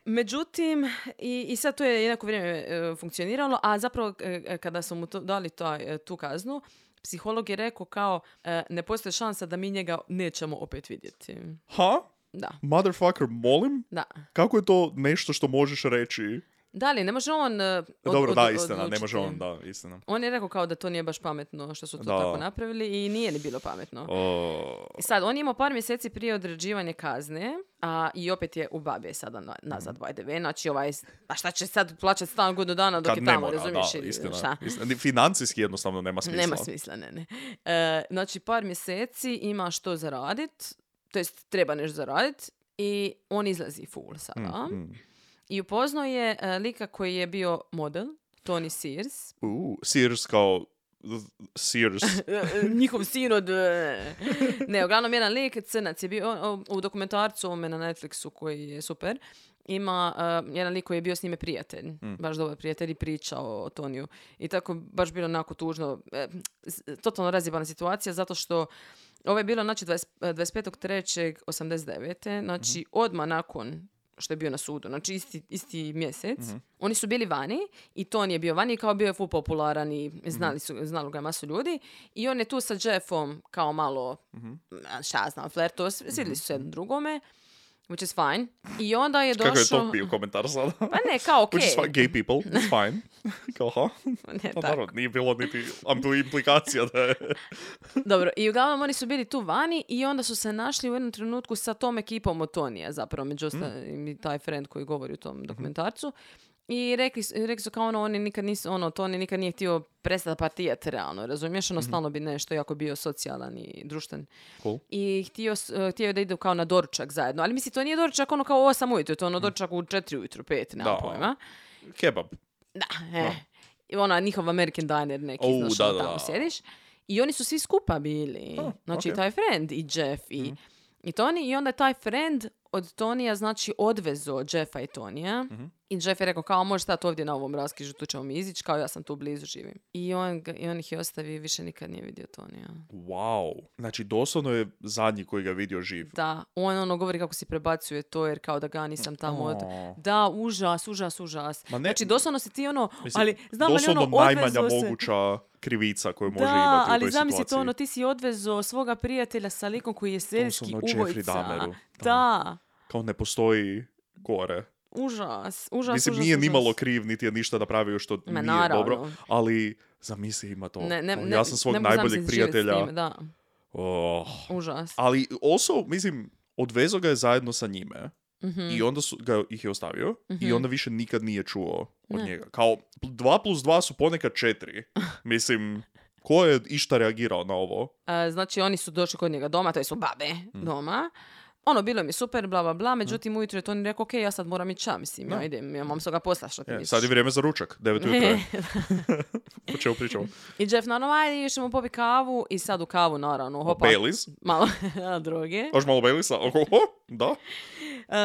[SPEAKER 5] Međutim, i, i sad to je jednako vrijeme e, funkcioniralo, a zapravo e, e, kada su mu to, dali taj, e, tu kaznu, psiholog je rekao kao e, ne postoji šansa da mi njega nećemo opet vidjeti.
[SPEAKER 4] Ha?
[SPEAKER 5] Da,
[SPEAKER 4] Motherfucker, molim?
[SPEAKER 5] da.
[SPEAKER 4] Kako je to nešto što možeš reći
[SPEAKER 5] Da li, ne može on... e, od-
[SPEAKER 4] Dobro,
[SPEAKER 5] od-
[SPEAKER 4] da, istina, ne
[SPEAKER 5] odlučiti.
[SPEAKER 4] može on, da, istina.
[SPEAKER 5] On je rekao kao da to nije baš pametno što su to
[SPEAKER 4] Da.
[SPEAKER 5] tako napravili i nije ni bilo pametno.
[SPEAKER 4] O,
[SPEAKER 5] I sad, on je imao par mjeseci prije određivanja kazne a, i opet je u babje sada na- nazad,
[SPEAKER 4] Mhm.
[SPEAKER 5] by the way. Znači, ovaj, a šta će sad plaćati stan godinu dana dok
[SPEAKER 4] kad
[SPEAKER 5] je
[SPEAKER 4] ne
[SPEAKER 5] tamo,
[SPEAKER 4] mora,
[SPEAKER 5] razumiješ?
[SPEAKER 4] da,
[SPEAKER 5] ili
[SPEAKER 4] istina.
[SPEAKER 5] šta?
[SPEAKER 4] istina. Ni Financijski jednostavno nema smisla.
[SPEAKER 5] Nema smisla, ne, ne. E, znači, par mjeseci ima što zaradit, to jest treba nešto zaradit i on izlazi full sada.
[SPEAKER 4] Mm, mm.
[SPEAKER 5] I upoznao je e, lika koji je bio model, Tony Sears.
[SPEAKER 4] U, Sears kao
[SPEAKER 5] <laughs>
[SPEAKER 4] Sears.
[SPEAKER 5] E, e, Njihov sin od... e. <laughs> Ne, uglavnom jedan lik, crnac je bio, on- on- u dokumentarcu ovome na Netflixu koji je super, ima e, jedan lik koji je bio s njime prijatelj, baš dobar prijatelj i priča o, o Toniju. I tako baš bilo onako tužno, e, s- totalno razjebana situacija zato što ovo je bilo znači 20 e, 25.3.89. Znači
[SPEAKER 4] Mhm.
[SPEAKER 5] odmah nakon što je bio na sudu, znači isti, isti mjesec.
[SPEAKER 4] Mhm.
[SPEAKER 5] Oni su bili vani i Tony je bio vani i kao bio je full popularan i
[SPEAKER 4] Mhm.
[SPEAKER 5] znali su, znalo ga je masu ljudi. I on je tu sa Jeffom kao malo,
[SPEAKER 4] Mhm.
[SPEAKER 5] a, šta ja znam, flerto, svidili su se jednom drugome, which is fine. I onda je došao...
[SPEAKER 4] Kako je to bio komentar sada?
[SPEAKER 5] Pa ne, kao
[SPEAKER 4] <laughs>
[SPEAKER 5] okej. E
[SPEAKER 4] Which is fine, gay people, it's fine. <laughs> Kao, ha?
[SPEAKER 5] <laughs> Ne,
[SPEAKER 4] Pa
[SPEAKER 5] tako.
[SPEAKER 4] naravno, nije bilo niti am- implikacija da je...
[SPEAKER 5] <laughs> Dobro, i uglavnom oni su bili tu vani i onda su se našli u jednom trenutku sa tom ekipom od Tonija zapravo, među ostalim i taj friend koji govori u tom dokumentarcu. I rekli, su- rekli su kao ono, oni nikad nisu, ono, Toni nikad nije htio prestati partijat realno, razumiješ? Ono, stalno bi nešto jako bio socijalan i društven.
[SPEAKER 4] Cool.
[SPEAKER 5] I htio, s- eh, htio je da idu kao na doručak zajedno. Ali misli, to nije doručak ono kao u 8 ujutro, to je ono doručak u 4 ujutro, 5, nemam
[SPEAKER 4] Da.
[SPEAKER 5] pojma.
[SPEAKER 4] Kebab.
[SPEAKER 5] Da, e. I ona njihov American Diner neki,
[SPEAKER 4] Au,
[SPEAKER 5] znaš,
[SPEAKER 4] da,
[SPEAKER 5] ono
[SPEAKER 4] da,
[SPEAKER 5] tamo
[SPEAKER 4] da.
[SPEAKER 5] sjediš. I oni su svi skupa bili.
[SPEAKER 4] Ah,
[SPEAKER 5] znači, i
[SPEAKER 4] ok. Mhm.
[SPEAKER 5] taj friend i Jeff i, i Tony. I onda je taj friend od Tonija, znači, odvezo Jeffa i Tonija.
[SPEAKER 4] Mhm.
[SPEAKER 5] I Jeff je rekao, kao, može stati ovdje na ovom raskižu, tu ćemo mi izići, kao ja sam tu blizu, živim. I on, ga- i on ih je ostavi, više nikad nije vidio Tonija.
[SPEAKER 4] Wow. Znači, doslovno je zadnji koji ga je vidio živ.
[SPEAKER 5] Da, on ono govori kako si prebacuje to, jer kao da ga nisam tamo od...
[SPEAKER 4] Aw.
[SPEAKER 5] Da, užas, užas, užas.
[SPEAKER 4] Ma ne-
[SPEAKER 5] znači, doslovno si ti ono,
[SPEAKER 4] E, Mislim,
[SPEAKER 5] ali znam li ono,
[SPEAKER 4] doslovno najmanja
[SPEAKER 5] odvezo se.
[SPEAKER 4] moguća krivica koju može
[SPEAKER 5] Da,
[SPEAKER 4] imati u
[SPEAKER 5] ali
[SPEAKER 4] toj
[SPEAKER 5] zamisli
[SPEAKER 4] situaciji.
[SPEAKER 5] to ono, ti si odvezo svoga prijatelja sa likom koji je serijski
[SPEAKER 4] Doslovno ono Jeffrey
[SPEAKER 5] ubojica.
[SPEAKER 4] Dahmeru, da.
[SPEAKER 5] Da,
[SPEAKER 4] Kao ne postoji gore.
[SPEAKER 5] užas, užas,
[SPEAKER 4] Mislim,
[SPEAKER 5] užas,
[SPEAKER 4] nije
[SPEAKER 5] užas.
[SPEAKER 4] nimalo kriv, niti je ništa napravio što
[SPEAKER 5] Ma,
[SPEAKER 4] nije
[SPEAKER 5] naravno.
[SPEAKER 4] dobro, ali zamisli ima to.
[SPEAKER 5] Ne, ne,
[SPEAKER 4] Kao,
[SPEAKER 5] ne,
[SPEAKER 4] ja sam svog
[SPEAKER 5] ne mogu
[SPEAKER 4] najboljeg
[SPEAKER 5] zamisliti život s
[SPEAKER 4] prijatelja.
[SPEAKER 5] time, da,
[SPEAKER 4] Oh.
[SPEAKER 5] užas.
[SPEAKER 4] Ali also, mislim, odvezo ga je zajedno sa njime
[SPEAKER 5] Mhm.
[SPEAKER 4] i onda su, ga, ih je ostavio i onda više nikad nije čuo od
[SPEAKER 5] Ne.
[SPEAKER 4] njega. Kao, 2 plus 2 su ponekad
[SPEAKER 5] <laughs>
[SPEAKER 4] 4. Mislim, ko je išta reagirao na ovo?
[SPEAKER 5] A, znači, oni su došli kod njega doma, to je su babe
[SPEAKER 4] Mm.
[SPEAKER 5] doma. Ono, bilo mi je super, bla, bla, bla. Međutim, ujutro je to on rekao, ok, ja sad moram ići ča, mislim, ja idem, ja mam svoga posla, što ti
[SPEAKER 4] E,
[SPEAKER 5] misliš?
[SPEAKER 4] sad je vrijeme za ručak, 9 ujutro
[SPEAKER 5] <laughs>
[SPEAKER 4] je. <laughs> O čemu pričamo?
[SPEAKER 5] I Jeff, naravno, ajde, još ćemo popi kavu i sad u kavu, naravno, hopa.
[SPEAKER 4] Baileys?
[SPEAKER 5] Malo <laughs> droge.
[SPEAKER 4] Još malo Baileysa? <laughs> Ohoho, da.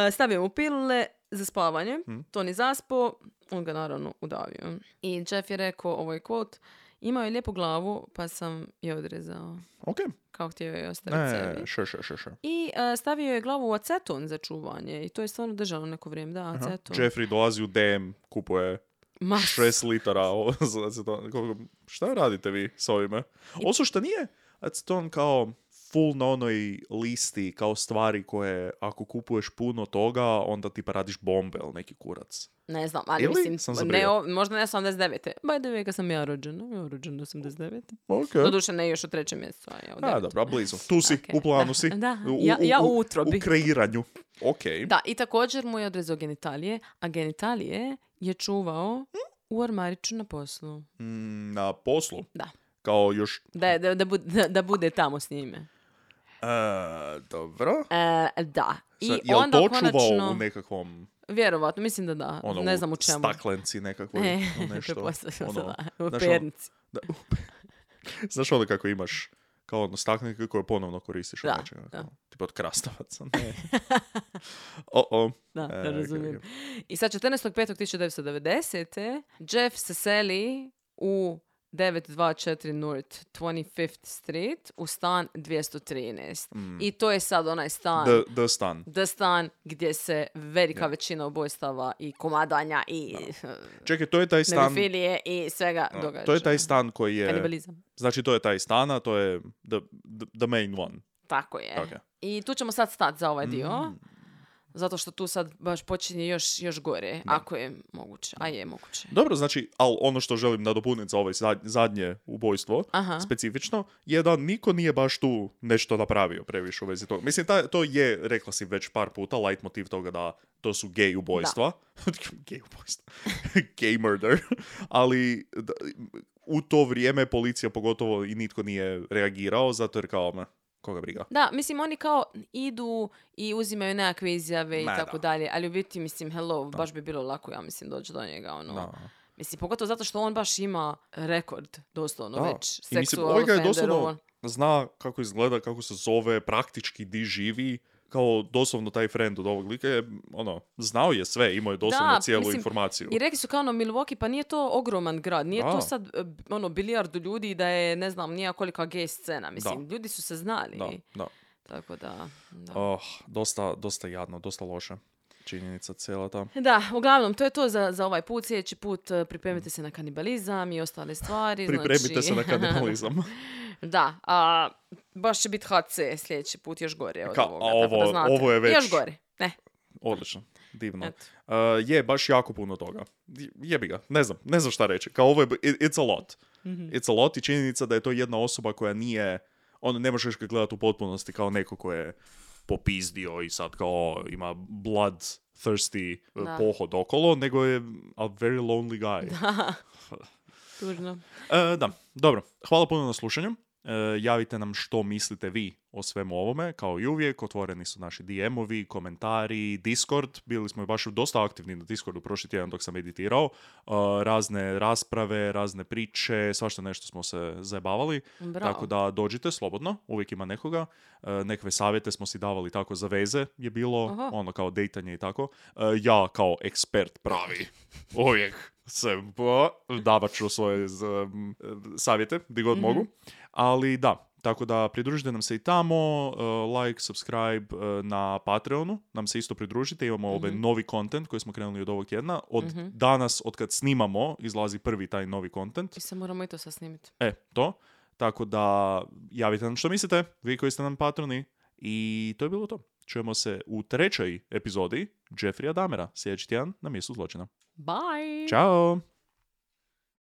[SPEAKER 5] E, stavio mu pilule za spavanje.
[SPEAKER 4] Hmm.
[SPEAKER 5] To ni zaspo, on ga naravno udavio. I Jeff je rekao, ovo je quote, imao je lijepu glavu, pa sam je odrezao.
[SPEAKER 4] Ok. E,
[SPEAKER 5] Kao htio je ostaviti
[SPEAKER 4] Ne,
[SPEAKER 5] sebi.
[SPEAKER 4] še, še, še, še.
[SPEAKER 5] I e, stavio je glavu u aceton za čuvanje. I to je stvarno držalo neko vrijeme, da, aceton.
[SPEAKER 4] Jeffrey dolazi u DM, kupuje
[SPEAKER 5] Ma,
[SPEAKER 4] 6 litara ovo <laughs> za aceton. Koliko- Šta radite vi s ovime? Oso što nije aceton kao full na onoj listi kao stvari koje ako kupuješ puno toga onda ti pa radiš bombe ili neki kurac.
[SPEAKER 5] ne znam, ali
[SPEAKER 4] Ili sam
[SPEAKER 5] mislim, ne,
[SPEAKER 4] zabrigao?
[SPEAKER 5] o- možda ne 89. By the way, kad sam ja rođena, ja rođena 89.
[SPEAKER 4] Ok.
[SPEAKER 5] Doduše ne još u trećem mjesecu, a ja u
[SPEAKER 4] A,
[SPEAKER 5] devetom.
[SPEAKER 4] dobro, a blizu. Tu si,
[SPEAKER 5] Ok,
[SPEAKER 4] u planu
[SPEAKER 5] da,
[SPEAKER 4] si.
[SPEAKER 5] da.
[SPEAKER 4] U,
[SPEAKER 5] Ja- ja u utrobi.
[SPEAKER 4] U kreiranju. Ok.
[SPEAKER 5] Da, i također mu je odrezao genitalije, a genitalije je čuvao u ormariću na poslu.
[SPEAKER 4] Mm, na poslu.
[SPEAKER 5] Da.
[SPEAKER 4] Kao još...
[SPEAKER 5] Da, je- da, da, bud- da, da bude tamo s njime.
[SPEAKER 4] E, dobro.
[SPEAKER 5] E, da. I
[SPEAKER 4] Sad, jel
[SPEAKER 5] onda
[SPEAKER 4] to čuvao
[SPEAKER 5] konačno,
[SPEAKER 4] u nekakvom
[SPEAKER 5] vjerovatno, mislim da da,
[SPEAKER 4] ono,
[SPEAKER 5] ne znam u čemu. <laughs>
[SPEAKER 4] staklenci nekakvoj
[SPEAKER 5] E, <laughs>
[SPEAKER 4] ili nešto.
[SPEAKER 5] pretpostavljam
[SPEAKER 4] ono,
[SPEAKER 5] da da, u
[SPEAKER 4] znaš ono-
[SPEAKER 5] pernici.
[SPEAKER 4] da, znaš ono kako imaš kao ono staklenke koje ponovno koristiš od
[SPEAKER 5] Da,
[SPEAKER 4] nečega,
[SPEAKER 5] da.
[SPEAKER 4] kao, tipa od
[SPEAKER 5] <laughs>
[SPEAKER 4] krastavaca. Ne. o, o.
[SPEAKER 5] Da, da
[SPEAKER 4] E,
[SPEAKER 5] razumijem.
[SPEAKER 4] ok,
[SPEAKER 5] I sad 14.5.1990. Jeff se seli u 924 North 25th Street u stan 213.
[SPEAKER 4] Mm.
[SPEAKER 5] I to je sad onaj stan.
[SPEAKER 4] The, the stan.
[SPEAKER 5] The stan gdje se velika većina ubojstava i komadanja <laughs> i
[SPEAKER 4] Čekaj, to je taj stan.
[SPEAKER 5] negofilije i svega događa.
[SPEAKER 4] To je taj stan koji je...
[SPEAKER 5] Kanibalizam.
[SPEAKER 4] Znači, to je taj stan, a to je the, the, the main one.
[SPEAKER 5] Tako je.
[SPEAKER 4] Tako je. Mm.
[SPEAKER 5] I tu ćemo sad stati za ovaj E, dio. ovaj Zato što tu sad baš počinje još, još gore, ako je moguće. A je moguće.
[SPEAKER 4] Dobro, znači, ali ono što želim nadopuniti za ovo zad- zadnje ubojstvo,
[SPEAKER 5] Aha.
[SPEAKER 4] specifično, je da niko nije baš tu nešto napravio previše u vezi toga. Mislim, ta, to je, rekla si već par puta, light motiv toga da to su gay ubojstva. <laughs> gay ubojstva. <laughs> gay murder. <laughs> Ali da, u to vrijeme policija pogotovo i nitko nije reagirao, zato jer kao, "Ma, koga briga.
[SPEAKER 5] Da, mislim, oni kao idu i uzimaju nekakve izjave i
[SPEAKER 4] Ma,
[SPEAKER 5] tako
[SPEAKER 4] da.
[SPEAKER 5] dalje, ali u biti, mislim, hello, baš bi bilo lako, ja mislim, doći do njega, ono.
[SPEAKER 4] Da.
[SPEAKER 5] Mislim, pogotovo zato što on baš ima rekord, doslovno,
[SPEAKER 4] Da.
[SPEAKER 5] već,
[SPEAKER 4] I mislim,
[SPEAKER 5] seksual
[SPEAKER 4] ovaj ga je
[SPEAKER 5] offender,
[SPEAKER 4] doslovno
[SPEAKER 5] ovo.
[SPEAKER 4] zna kako izgleda, kako se zove, praktički di živi, kao doslovno taj friend od ovog lika je, ono, znao je sve, imao je doslovno
[SPEAKER 5] Da,
[SPEAKER 4] cijelu
[SPEAKER 5] mislim,
[SPEAKER 4] informaciju.
[SPEAKER 5] I rekli su kao ono Milwaukee, pa nije to ogroman grad, nije
[SPEAKER 4] Da.
[SPEAKER 5] to sad e, b- ono bilijardu ljudi da je ne znam nija kolika gej scena, mislim,
[SPEAKER 4] Da.
[SPEAKER 5] ljudi su se znali,
[SPEAKER 4] Da, da.
[SPEAKER 5] tako da... Da.
[SPEAKER 4] Oh, dosta, dosta jadno, dosta loše. Činjenica cijela ta.
[SPEAKER 5] Da, uglavnom, to je to za, za ovaj put. Sljedeći put e, pripremite se na kanibalizam i ostale stvari.
[SPEAKER 4] Pripremite
[SPEAKER 5] znači...
[SPEAKER 4] se na kanibalizam.
[SPEAKER 5] <laughs>
[SPEAKER 4] <laughs>
[SPEAKER 5] Da, a baš će biti HC sljedeći put još gore od
[SPEAKER 4] Ka-
[SPEAKER 5] ovoga.
[SPEAKER 4] a
[SPEAKER 5] tako da
[SPEAKER 4] ovo-
[SPEAKER 5] znate.
[SPEAKER 4] ovo je već-
[SPEAKER 5] Još gore, ne.
[SPEAKER 4] Odlično, divno.
[SPEAKER 5] Eto.
[SPEAKER 4] Uh, je, baš jako puno toga. Je- Jebi ga, ne znam, ne znam šta reći. Kao ovo je, it- it's a lot.
[SPEAKER 5] Mhm.
[SPEAKER 4] It's a lot i činjenica da je to jedna osoba koja nije, ono, ne možeš ga gledati u potpunosti kao neko ko je popizdio i sad kao ima blood thirsty uh,
[SPEAKER 5] Da.
[SPEAKER 4] pohod okolo, nego je a very lonely guy.
[SPEAKER 5] Tužno.
[SPEAKER 4] E, da, dobro. Hvala puno na slušanju. E, javite nam što mislite vi o svemu ovome, kao i uvijek, otvoreni su naši DM-ovi, komentari, Discord, bili smo baš dosta aktivni na Discordu prošli tjedan dok sam editirao, E, razne rasprave, razne priče, svašta nešto smo se zajebavali,
[SPEAKER 5] Bravo.
[SPEAKER 4] tako da dođite slobodno, uvijek ima nekoga, E, nekakve savjete smo si davali tako za veze je bilo,
[SPEAKER 5] Aha.
[SPEAKER 4] ono kao dejtanje i tako, E, ja kao ekspert pravi, uvijek se po, davat ću svoje z- m, savjete, gdje god mogu. Ali da, tako da pridružite nam se i tamo, e, like, subscribe e, na Patreonu, nam se isto pridružite, imamo ovaj novi content koji smo krenuli od ovog tjedna. Od danas, od kad snimamo, izlazi prvi taj novi content.
[SPEAKER 5] I sad moramo i to sad snimiti.
[SPEAKER 4] E, to. Tako da javite nam što mislite, vi koji ste nam patroni. I to je bilo to. Čujemo se u trećoj epizodi Jeffrey Damera, sljedeći tjedan na mjestu zločina.
[SPEAKER 5] Bye!
[SPEAKER 4] Ćao!